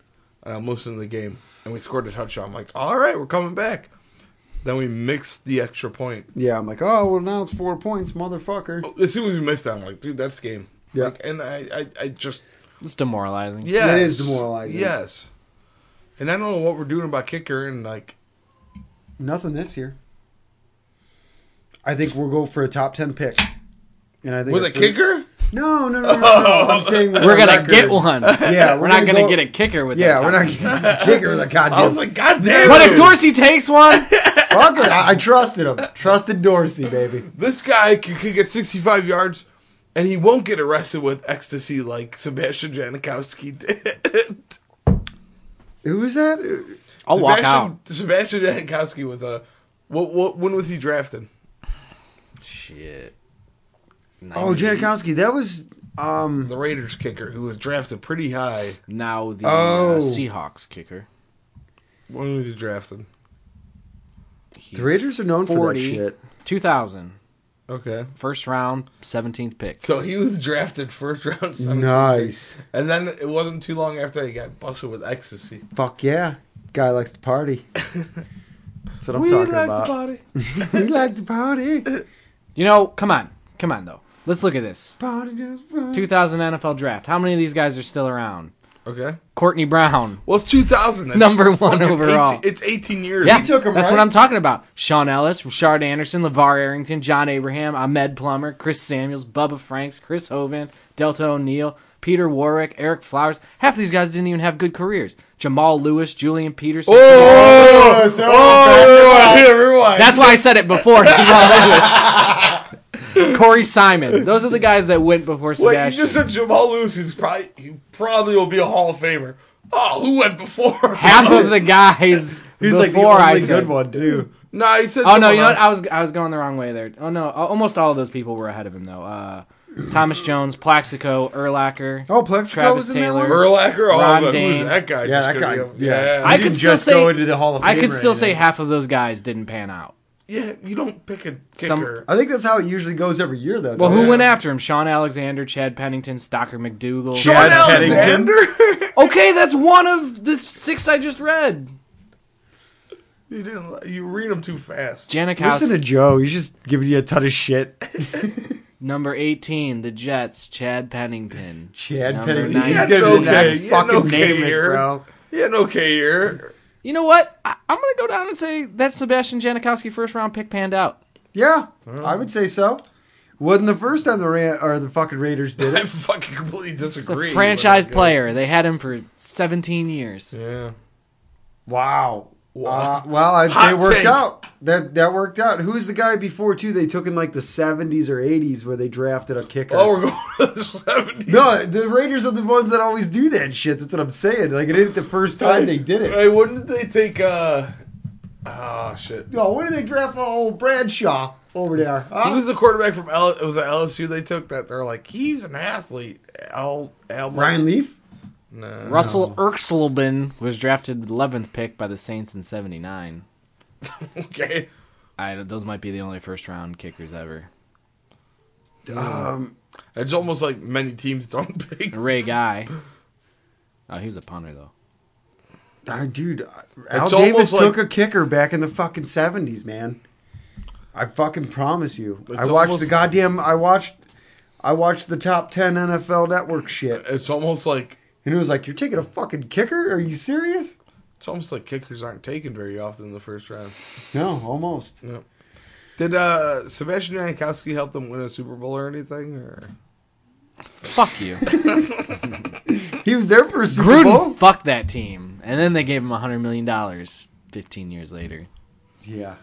and I'm listening to the game, and we scored a touchdown. I'm like, all right, we're coming back. Then we mixed the extra point.
yeah, I'm like, oh, well, now it's four points, motherfucker.
As soon as we missed that, I'm like, dude, that's the game.
Yeah.
Like, and I, I, I just
It's demoralizing.
yes,
It is demoralizing.
Yes. And I don't know what we're doing about kicker, and like,
Nothing this year. I think we'll go for a top ten pick, and I think
with a
if we-
kicker,
No, no, no, no, no. no. I'm saying with
We're
a
gonna
record.
get one.
Yeah,
we're, not gonna
go-
get a kicker with
Yeah,
that.
we're not
topic.
getting a kicker with a goddamn.
I was like, God damn,
But if
it.
Dorsey takes one,
Fuck it. I, I trusted him. Trusted Dorsey, baby.
this guy could, could get 65 yards and he won't get arrested with ecstasy like Sebastian Janikowski did.
Who was that? Uh,
I'll
Sebastian,
walk out.
Sebastian Janikowski was a. What, what, when was he drafted?
Shit.
Oh, Janikowski. That was. Um.
The Raiders kicker who was drafted pretty high.
Now the
Oh.
uh, Seahawks kicker.
When was he drafted?
He's
The Raiders are known for that
40.
shit.
2000.
Okay.
First round, 17th pick.
So he was drafted first round. 17th
Nice.
pick. And then it wasn't too long after that he got busted with ecstasy.
Fuck yeah. Guy likes to party. That's what I'm
we
talking
like
about.
the body.
we like to party.
you know, come on. Come on, though. Let's look at this.
Party just fun.
2000 NFL draft. How many of these guys are still around?
Okay.
Courtney Brown.
Well, it's 2000. That's
Number one
fucking
overall.
18 it's 18 years.
Yeah,
He took 'em,
that's what
right?
I'm talking about. Sean Ellis, Rashard Anderson, LeVar Arrington, John Abraham, Ahmed Plummer, Chris Samuels, Bubba Franks, Chris Hovind, Delta O'Neill, Peter Warwick, Eric Flowers. Half of these guys didn't even have good careers. Jamal Lewis, Julian Peterson.
Oh, so
rewind.
That's why I said it before. Jamal Lewis. Corey Simon. Those are the guys that went before
Wait,
Sebastian.
you just said Jamal Lewis. He's probably he probably will be a Hall of Famer. Oh, who went before?
Half of the guys
He's
before
like the
I
only
said.
good one too.
no, he said.
Oh no,
someone
you know
else.
what? I was I was going the wrong way there. Oh no, al- almost all of those people were ahead of him though. Uh, Thomas Jones, Plaxico, Erlacher.
Oh, Plexico
Travis
was in that one.
Taylor.
Verlacher. Oh,
Ron
but who
Dane.
is that guy?
Yeah,
Just
that guy.
gonna be-
yeah.
yeah.
He
I could
didn't
still
just
say-
go into the Hall of Fame.
I could
or
still say
anything.
half of those guys didn't pan out.
Yeah, You don't pick a kicker.
Some-
I think that's how it usually goes every year, though.
Well,
doesn't
who
it?
went after him? Sean Alexander, Chad Pennington, Stocker McDougal.
Sean
Chad
Alexander.
Okay, that's one of the six I just read.
you didn't. li- You read him too fast.
Janikowski,
Listen to Joe. He's just giving you a ton of shit.
number eighteen, the Jets, Chad Pennington.
Chad
Number
Pennington.
nine.
He's
Yeah,
gonna be
no
the next
kidding. Yeah,
fucking
no
name it,
kidding.
bro.
He had an okay year.
You know what? I, I'm gonna go down and say that Sebastian Janikowski first round pick panned out.
Yeah, I would say so. Wasn't the first time the Ra- or the fucking Raiders did
I
it.
fucking completely
It's a
disagree.
franchise
but okay.
player. They had him for 17 years.
Yeah.
wow.
Wow.
Uh, well, I'd say
Hot
it worked
take.
out. That that worked out. Who's the guy before too? They took in like the seventies or eighties where they drafted a kicker.
Oh, we're going to the seventies.
no, the Raiders are the ones that always do that shit. That's what I'm saying. Like it ain't the first time they did it.
Hey, wouldn't they take? uh Oh shit.
No, when did they draft old Bradshaw over there? huh?
Who was the quarterback from L- it was the LSU they took that they're like he's an athlete. Al Al
Ryan Leaf?
Nah.
Russell Erksleben was drafted 11th pick by the Saints in 79.
Okay.
I, those might be the only first round kickers ever.
Um,
It's almost like many teams don't pick.
Ray Guy. Oh, he was a punter, though.
ah, dude, uh, Al
It's
Davis
almost like-
took a kicker back in the fucking seventies, man. I fucking promise you.
It's
I watched
almost-
the goddamn. I watched. I watched the top ten NFL Network shit,
It's almost like
and it was like, "You're taking a fucking kicker? Are you serious?"
it's almost like kickers aren't taken very often in the first round.
No, almost.
No. Did uh Sebastian Janikowski help them win a Super Bowl or anything? Or
Fuck you.
He was there for a Super
Gruden
Bowl.
fucked that team. And then they gave him $100 million 15 years later.
Yeah.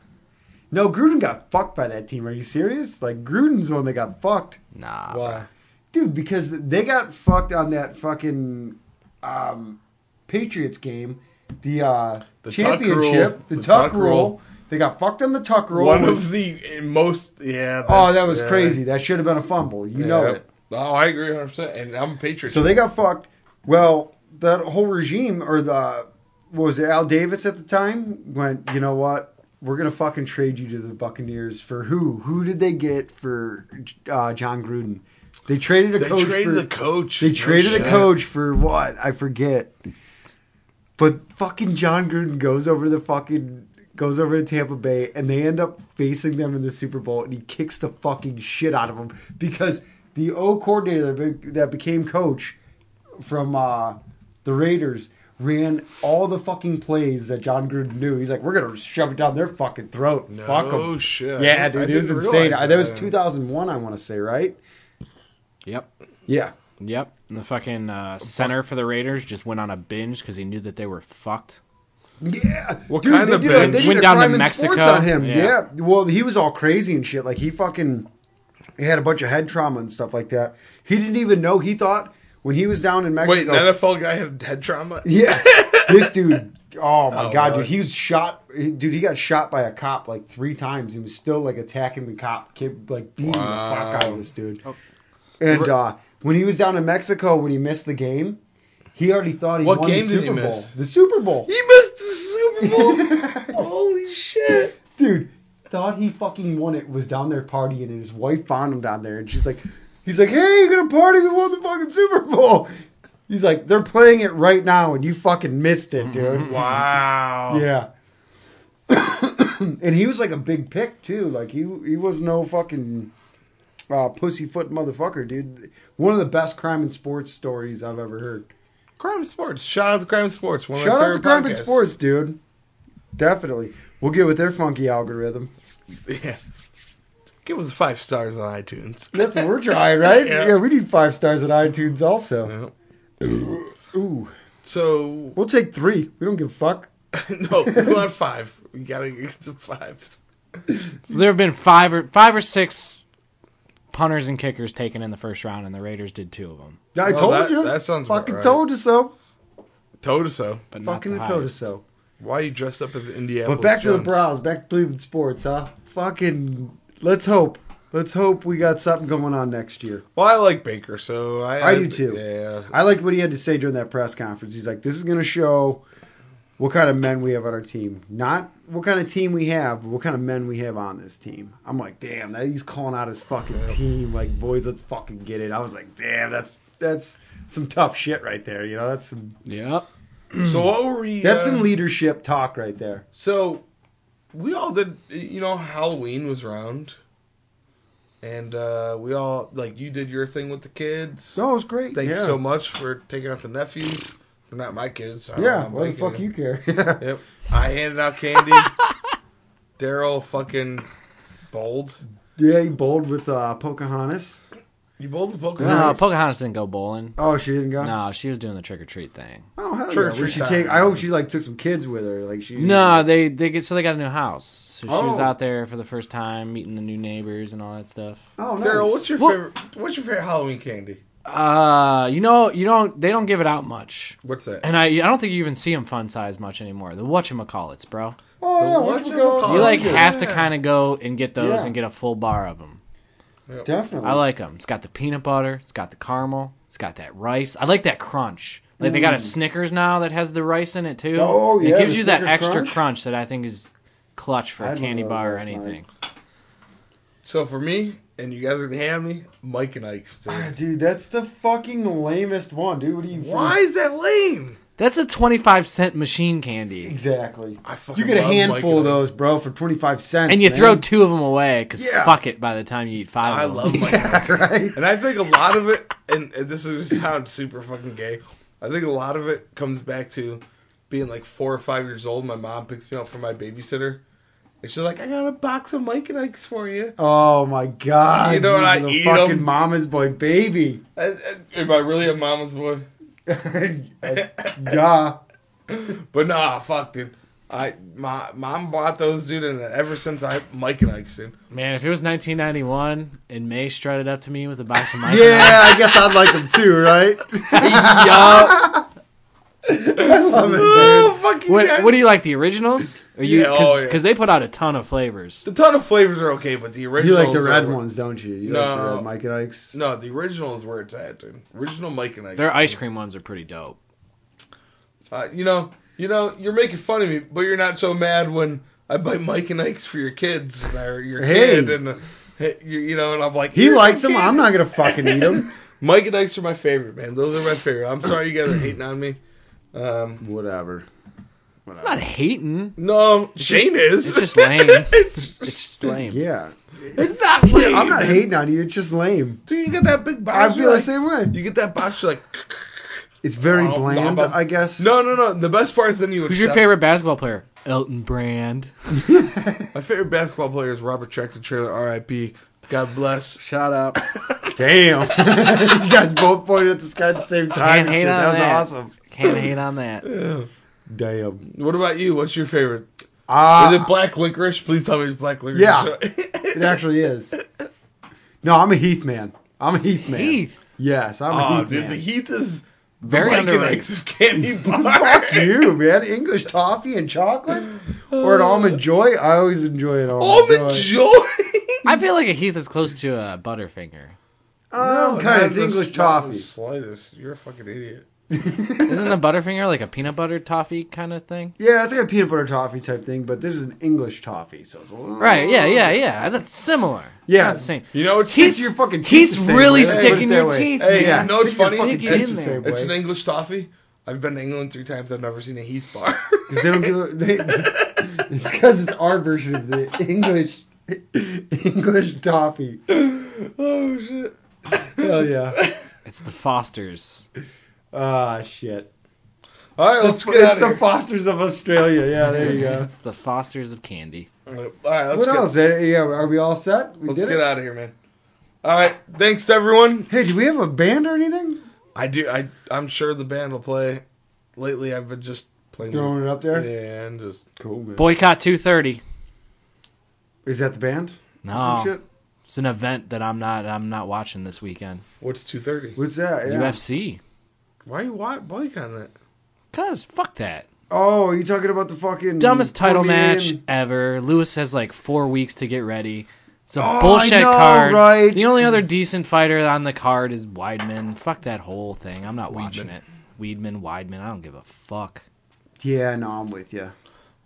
No, Gruden got fucked by that team. Are you serious? Like Gruden's the one that got fucked. Uh,
Nah.
why?
dude because they got fucked on that fucking um, patriots game the uh
The tuck
championship
rule.
the,
The
tuck,
tuck
rule
rule.
They got fucked on the tuck roll.
One
which-
of the most, yeah.
oh,
that's-
that was
yeah.
crazy. That should have been a fumble. You know
Yep.
it.
Oh, I agree 100. percent And I'm a patriot.
So they got fucked. Well, that whole regime or the what was it Al Davis at the time went, you know what? We're gonna fucking trade you to the Buccaneers for who? Who did they get for uh, John Gruden? They traded a
They
coach.
traded
for-
the coach.
They
No
traded a
shit.
coach for what? I forget. But fucking John Gruden goes over to the fucking goes over to Tampa Bay and they end up facing them in the Super Bowl and he kicks the fucking shit out of them because the O coordinator that be- that became coach from uh, the Raiders ran all the fucking plays that John Gruden knew. He's like, we're gonna shove it down their fucking throat.
No
Fuck 'em."
shit.
Yeah,
I
dude,
didn't
it was
realize
insane. That. that was
that.
2001, I want to say, right?
Yep.
Yeah.
Yep. And the fucking uh, center for the Raiders just went on a binge because he knew that they were fucked.
Yeah.
What kind
they
of
did
bend?
they did
Went
a
down to
crime in
Mexico?
sports on him.
Yeah.
Yeah. Well, he was all crazy and shit. Like he fucking he had a bunch of head trauma and stuff like that. He didn't even know. He thought when he was down in
Wait,
Mexico.
an NFL guy had head trauma.
yeah. this dude. Oh my
Oh,
god,
really?
dude. He was shot. Dude, he got shot by a cop like three times. He was still like attacking the cop, kept, like beating the fuck out of this dude. And uh, when he was down in Mexico, when he missed the game, he already thought he
What
won
game
the
did
Super
he
Bowl.
miss?
The Super Bowl.
He missed the Super Bowl. Holy shit!
dude thought he fucking won it was down there partying and his wife found him down there and she's like he's like hey you're gonna party we won the fucking super bowl he's like they're playing it right now and you fucking missed it dude
Mm-hmm. Wow.
yeah and he was like a big pick too like he he was no fucking uh, pussyfoot motherfucker dude one of the best crime and sports stories i've ever heard
Crime Sports. Shout out to Crime Sports. One of
shout
my
out to
favorite
crime and
podcasts.
sports dude definitely we'll get with their funky algorithm
Yeah. Give us five stars on iTunes.
That's what we're trying, right? yeah.
Yeah.
we need five stars on iTunes also.
Yeah.
Ooh,
So
we'll take three. We don't give a fuck.
no, we want five. We gotta get to five.
So there have been five or five or six punters and kickers taken in the first round, and the Raiders did two of them.
I
Well,
told
that-
you.
that sounds about
fucking
right.
told you so.
Told us so.
But not
Fucking
the
told you
highest.
so.
Why you dressed up as Indiana?
But back to the Browns. Back to Cleveland sports, huh? Fucking. Let's hope. Let's hope we got something going on next year.
Well, I like Baker, so I
I do too.
Yeah.
I liked what he had to say during that press conference. He's like, "This is going to show what kind of men we have on our team, not what kind of team we have, but what kind of men we have on this team." I'm like, "Damn, that he's calling out his fucking team. Like, boys, let's fucking get it." I was like, "Damn, that's that's some tough shit right there. You know, that's some
Yep.
So what were we?
Mm. that's
uh,
some leadership talk right there."
So we all did. You know, Halloween was around, and uh, we all like you did your thing with the kids.
So it was great.
Thank
Oh, yeah.
you so much for taking out the nephews. They're not my kids. So I don't know,
Yeah,
I'm
why the
blanking.
fuck you care?
Yep. I handed out candy. Daryl fucking bowled.
yeah, he bowled with uh, Pocahontas.
You bowled the Pokemon.
No, Pocahontas didn't go bowling.
Oh, she didn't go.
No, she was doing the trick or treat thing.
Oh hell
Trick or
yeah! Would
treat
she
time.
take? I hope she like took some kids with her. Like she
No, they they get so they got a new house. So she was
Oh.
out there for the first time, meeting the new neighbors and all that stuff.
Oh, nice.
Daryl, what's your
Well-
favorite? What's your favorite Halloween candy?
Uh, you know, you don't they don't give it out much,
What's that?
and I I don't think you even see them fun size much anymore. The whatchamacallits, bro.
Oh yeah,
The
what
watch
you
of the
got?
Oh,
You like
yeah.
have to kind of go and get those
Yeah.
and get a full bar of them.
definitely.
I like them. It's got the peanut butter. It's got the caramel. It's got that rice. I like that crunch. Like they got a Snickers now that has the rice in it too.
Mm. Oh,
It
yeah,
gives
the
you that
Snickers
extra
crunch.
crunch? that I think is clutch for
I
a
had one
candy
of those
bar or
last night.
anything.
So for me, and you guys are gonna have me, Mike and Ike's. Dude.
Ah, dude, that's the fucking lamest one, dude. What do you?
Why is that lame?
That's a twenty-five cent machine candy,
Exactly.
I fucking
You get a
love
handful
Mike
of
and
those, bro, for twenty five cents,
and you
man.
throw two of them away because
Yeah.
fuck it. By the time you eat five,
I
of 'em.
love Mike and Ike's.
right.
And I think a lot of it, and, and this is gonna sound super fucking gay. I think a lot of it comes back to being like four or five years old. My mom picks me up from my babysitter, and she's like, "I got a box of Mike and Ike's for you."
Oh my god!
You know what,
you
I
little
eat
fucking
'em.
mama's boy, baby.
And- and- Am I really a mama's boy?
Duh.
But nah, fuck, dude. I my mom bought those, dude, and ever since I Mike and Ike's, dude.
Man, if it was 1991 and May strutted up to me with a box of Mike,
Yeah, I guess I'd like them too, right?
Yup.
oh, fuck you
What,
guys.
what do you like? The originals? Are you
Yeah,
because
oh, yeah.
they put out a ton of flavors.
the ton of flavors are okay, but the
You
originals.
like the red
are-
ones, don't you? You like the
No.
red Mike and Ike's.
No, the original is where it's at, dude. Original Mike and Ike.
Their ice cream ones are pretty dope.
Uh, you know, you know, you're making fun of me, but you're not so mad when I buy Mike and Ike's for your kids and or your
Hey.
kid, and uh, you, you know, and I'm like,
He
"Here's
likes
your
them.
kid."
I'm not gonna fucking eat them.
Mike and Ike's are my favorite, man. Those are my favorite. I'm sorry you guys are hating on me. Um,
Whatever.
I'm not hating.
no, Shane is.
It's just lame. it's just lame.
Yeah,
It's not. Lame.
I'm not hating on you. It's just lame.
Dude, you get that big box.
I
you're
feel the
like-
same way.
You get that box. You're like,
It's very
Oh, I'm
bland,
a-
I guess.
no, no, no. The best part is then you.
Who's your
accept-
favorite basketball player? Elton Brand.
My favorite basketball player is Robert Tractor Trailer, R.I.P. God bless.
Shout out.
Damn. you guys both pointed at the sky at the same time.
Can't
and
hate
shit.
on
That was
that.
awesome.
Can't hate on that.
Damn.
What about you? What's your favorite?
Uh,
Is it black licorice? Please tell me it's black licorice.
Yeah. it actually is. No, I'm a Heath man. I'm a Heath man.
Heath.
Yes, I'm a
oh,
Heath
dude,
man.
the Heath is
Very
Mike and
underrated.
Ike's of candy bar.
you, man. English toffee and chocolate or an almond joy. I always enjoy an almond,
Uh, Almond
joy.
joy.
I feel like a Heath is close to a Butterfinger.
Oh,
Not
kind of it's
the-
English
not the
toffee.
slightest. You're a fucking idiot.
Isn't a Butterfinger like a peanut butter toffee kind of thing?
Yeah, it's like a peanut butter toffee type thing, but this is an English toffee, so it's a little
Right. Yeah. Yeah. Yeah. That's similar.
Yeah.
Not the same.
You know, it's
Sticks
Heath's,
to your fucking teeth
Heath's
the same
really
way. Hey, put it
sticking
that
your
way.
teeth.
Hey,
man.
you know it's
stick your
funny?
fucking
Stick it
teeth
in
the
there.
same
It's
way.
an English toffee. I've been to England three times. I've never seen a Heath bar.
Because they don't give. a- They, it's because it's our version of the English English toffee.
oh shit!
Hell yeah!
It's the Fosters.
Ah shit!
All right, let's
It's
get out
the
of here.
Fosters of Australia. Yeah, there you go.
It's the Fosters of candy.
All right, let's
what
get,
else? Eh, Yeah, are we all set? We
Let's
did
get
it.
out of here, man. All right, thanks to everyone.
Hey, do we have a band or anything?
I do. I I'm sure the band will play. Lately, I've been just playing
Throwing it up there.
Yeah, and just
Cool. Man.
Boycott 230.
Is that the band?
No.
Some shit?
It's an event that I'm not I'm not watching this weekend.
what's two thirty?
What's that? Yeah.
UFC.
Why you why bike on that?
Cuz fuck that.
oh, are you talking about the fucking
Dumbest title
Colombian-
match ever. Lewis has like 4 weeks to get ready. It's a
Oh, I
bullshit
know,
card.
right.
The only other decent fighter on the card is Weidman. Fuck that whole thing. I'm not watching it. Weidman, Weidman, I don't give a fuck.
Yeah, no, I'm with you.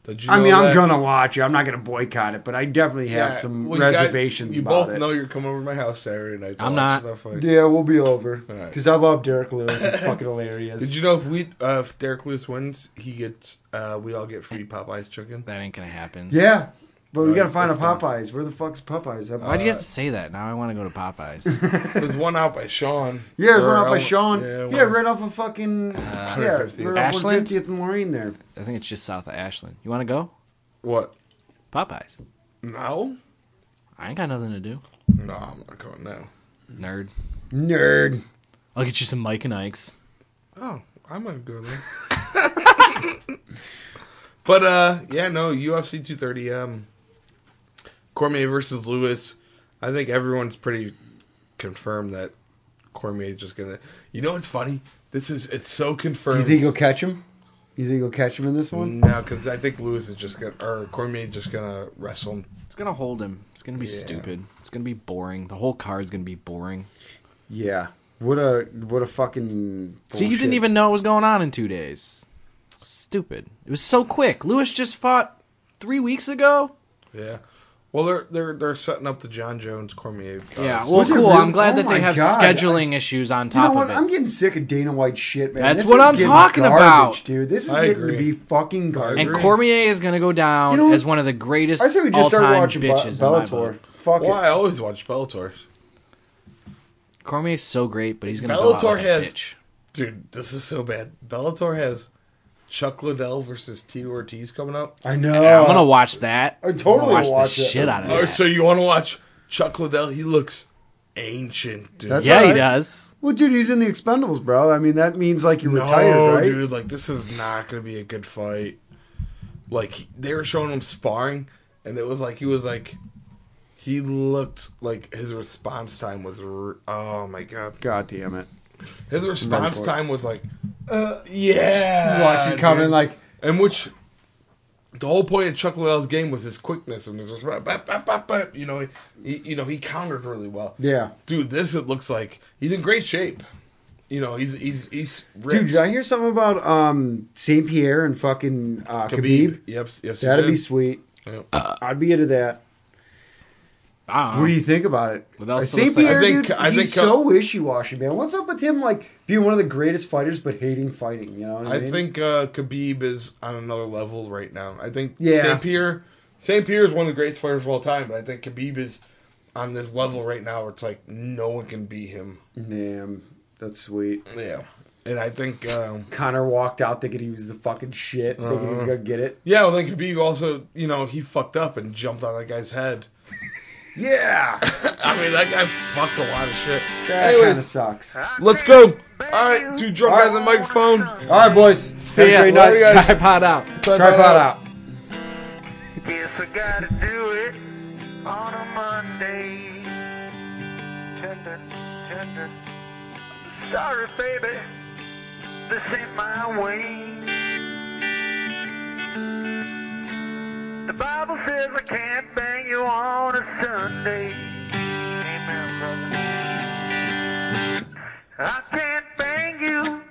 Did you
I
know
mean, I'm
that-
gonna watch it. I'm not gonna boycott it, but I definitely
Yeah,
have some
well, you guys-
reservations
You,
about
both
it.
know you're coming over to my house Saturday night. to
I'm
watch
not.
that fight.
Yeah, we'll be over
Alright.
because I love Derek Lewis. He's fucking hilarious.
Did you know if we uh, if Derek Lewis wins, he gets uh, we all get free Popeyes chicken?
That ain't going to happen.
Yeah, but we
No,
gotta
it's-
find a
it's not.
Popeyes. Where the fuck's Popeyes?
Uh,
Up-
Why'd you have to say that? Now I want to go to Popeyes.
There's one out by Sean.
yeah, there's
Or
one out by
Ellen-
Sean.
Yeah, Uh,
Yeah,
one-
right off of fucking yeah,
150th.
right off
Ashland?
150th and Lorraine there.
I think it's just south of Ashland. You want to go?
What?
Popeyes.
No,
I ain't got nothing to do.
no, I'm not going now.
Nerd.
Nerd.
I'll get you some Mike and Ike's.
Oh, I might go there. but uh, yeah, no UFC 230. Um, Cormier versus Lewis. I think everyone's pretty confirmed that Cormier is just gonna. You know what's funny? This is it's so
Do
confirmed.
you think he'll catch him? You think he'll catch him in this one?
No, because I think Lewis is just gonna or Cormier is just gonna wrestle him.
It's gonna hold him. It's gonna be
Yeah.
stupid. It's gonna be boring. The whole card's gonna be boring.
Yeah. What a what a fucking.
See, you didn't
bullshit.
even know it was going on in two days. Stupid. It was so quick. Lewis just fought three weeks ago.
Yeah. Well, they're they're they're setting up the John Jones Cormier. uh,
yeah.
s-
Well,
Was it
cool.
really?
I'm glad
Oh
that
my
they have
God.
scheduling issues on
You know
top
what?
of
I'm
it.
getting sick of Dana White shit, man.
That's
This
what
is
I'm
getting
talking
garbage,
about.
dude. This is
I
getting
agree.
to be fucking
I
garbage.
and
agree.
Cormier is gonna go down
You know what?
as one of the greatest
I say we just start
all-time
watching Be-
bitches. in my
Bellator.
book.
Fuck
well,
it.
I always watch Bellator.
Cormier's so great, but he's gonna go out
Bellator
like a
has,
bitch.
dude. This is so bad. Bellator has Chuck Liddell versus Tito Ortiz coming up.
I know.
Yeah, I'm gonna watch that.
I totally
I'm gonna
watch
the
it.
shit out of
Oh,
that.
so you want to watch Chuck Liddell? He looks ancient, dude.
That's
yeah,
alright.
he does.
Well, dude, he's in the Expendables, bro. I mean, that means like you're
no,
retired, right?
dude. Like this is not gonna be a good fight. Like he- they were showing him sparring, and it was like he was like, he looked like his response time was. r oh my god,
God damn it!
his response
for it.
time was like uh, yeah.
Watch it coming
dude.
like
And which the whole point of Chuck Liddell's game was his quickness and his bap, bap, bap, bap. you know, he, you know, he countered really well.
Yeah.
Dude, this it looks like he's in great shape. You know, he's he's he's ripped.
Dude, did I hear something about um Saint Pierre and fucking uh, Khabib?
Yep, yes, he
That'd
did.
be sweet.
Yep.
Uh,
I'd be into that.
I
Ah.
don't
What do
know.
you think about it?
Um, What else
Saint
looks like-
Pierre,
I think-
dude,
I
he's
think-
so wishy-washy, man. What's up with him, like being one of the greatest fighters but hating fighting? You know what I,
I
mean?
think uh, Khabib is on another level right now. I think
Yeah.
St. Pierre, St. Pierre is one of the greatest fighters of all time, but I think Khabib is on this level right now where it's like no one can beat him.
Damn, that's sweet.
Yeah, and I think um,
Connor walked out thinking he was the fucking shit, thinking
Uh-huh.
he's gonna get it.
yeah, well, then Khabib also you know he fucked up and jumped on that guy's head.
Yeah,
I mean that guy fucked a lot of shit.
that
Anyways,
kind of sucks. All
let's go. All right, two drunk guys on the microphone.
right, boys.
See
Have
ya.
a great
Love you
night.
guys.
Tripod out.
Tripod out.
Guess I gotta do it on a Monday. Tender, tender. Sorry, baby, this ain't my way. The Bible says I can't bang you on a Sunday. Amen, brother. I can't bang you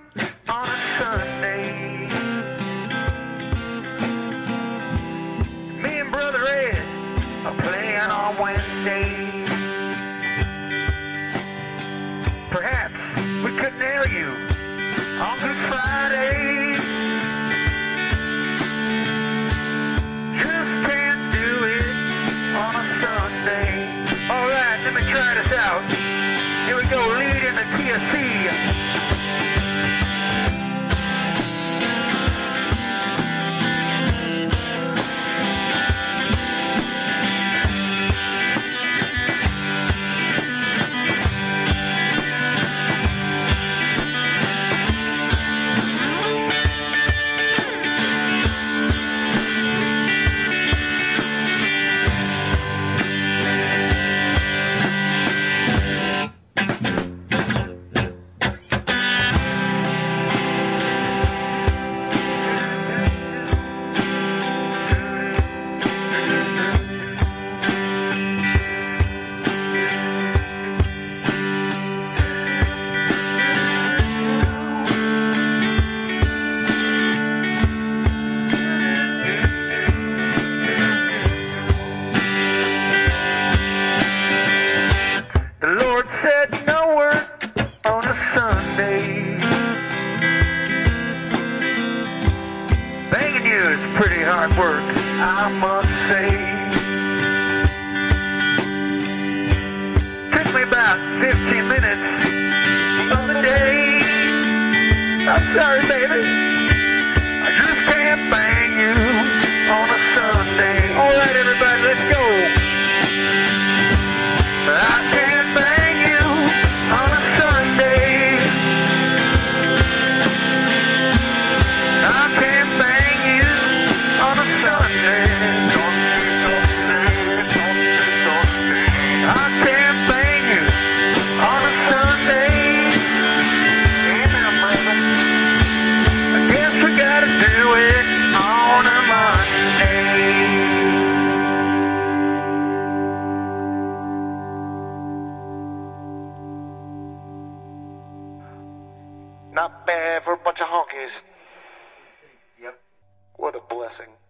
on a Sunday. Me and Brother Ed are playing on Wednesday. Perhaps we could nail you on Good Friday. Just can't do it on a Sunday. Alright, let me try this out. Here we go, lead in the TSC. The Lord said no work on a Sunday. Banging you is pretty hard work, I must say. Took me about 15 minutes of the day. I'm sorry, baby. I just can't bang you on a Sunday. All right, everybody, let's go. I can't bang you on a Sunday. I can't bang you on a Sunday. I can't bang you on a Sunday. Amen, brother. I guess we gotta do it on a Monday. Not bad for a bunch of honkies. Yep. What a blessing.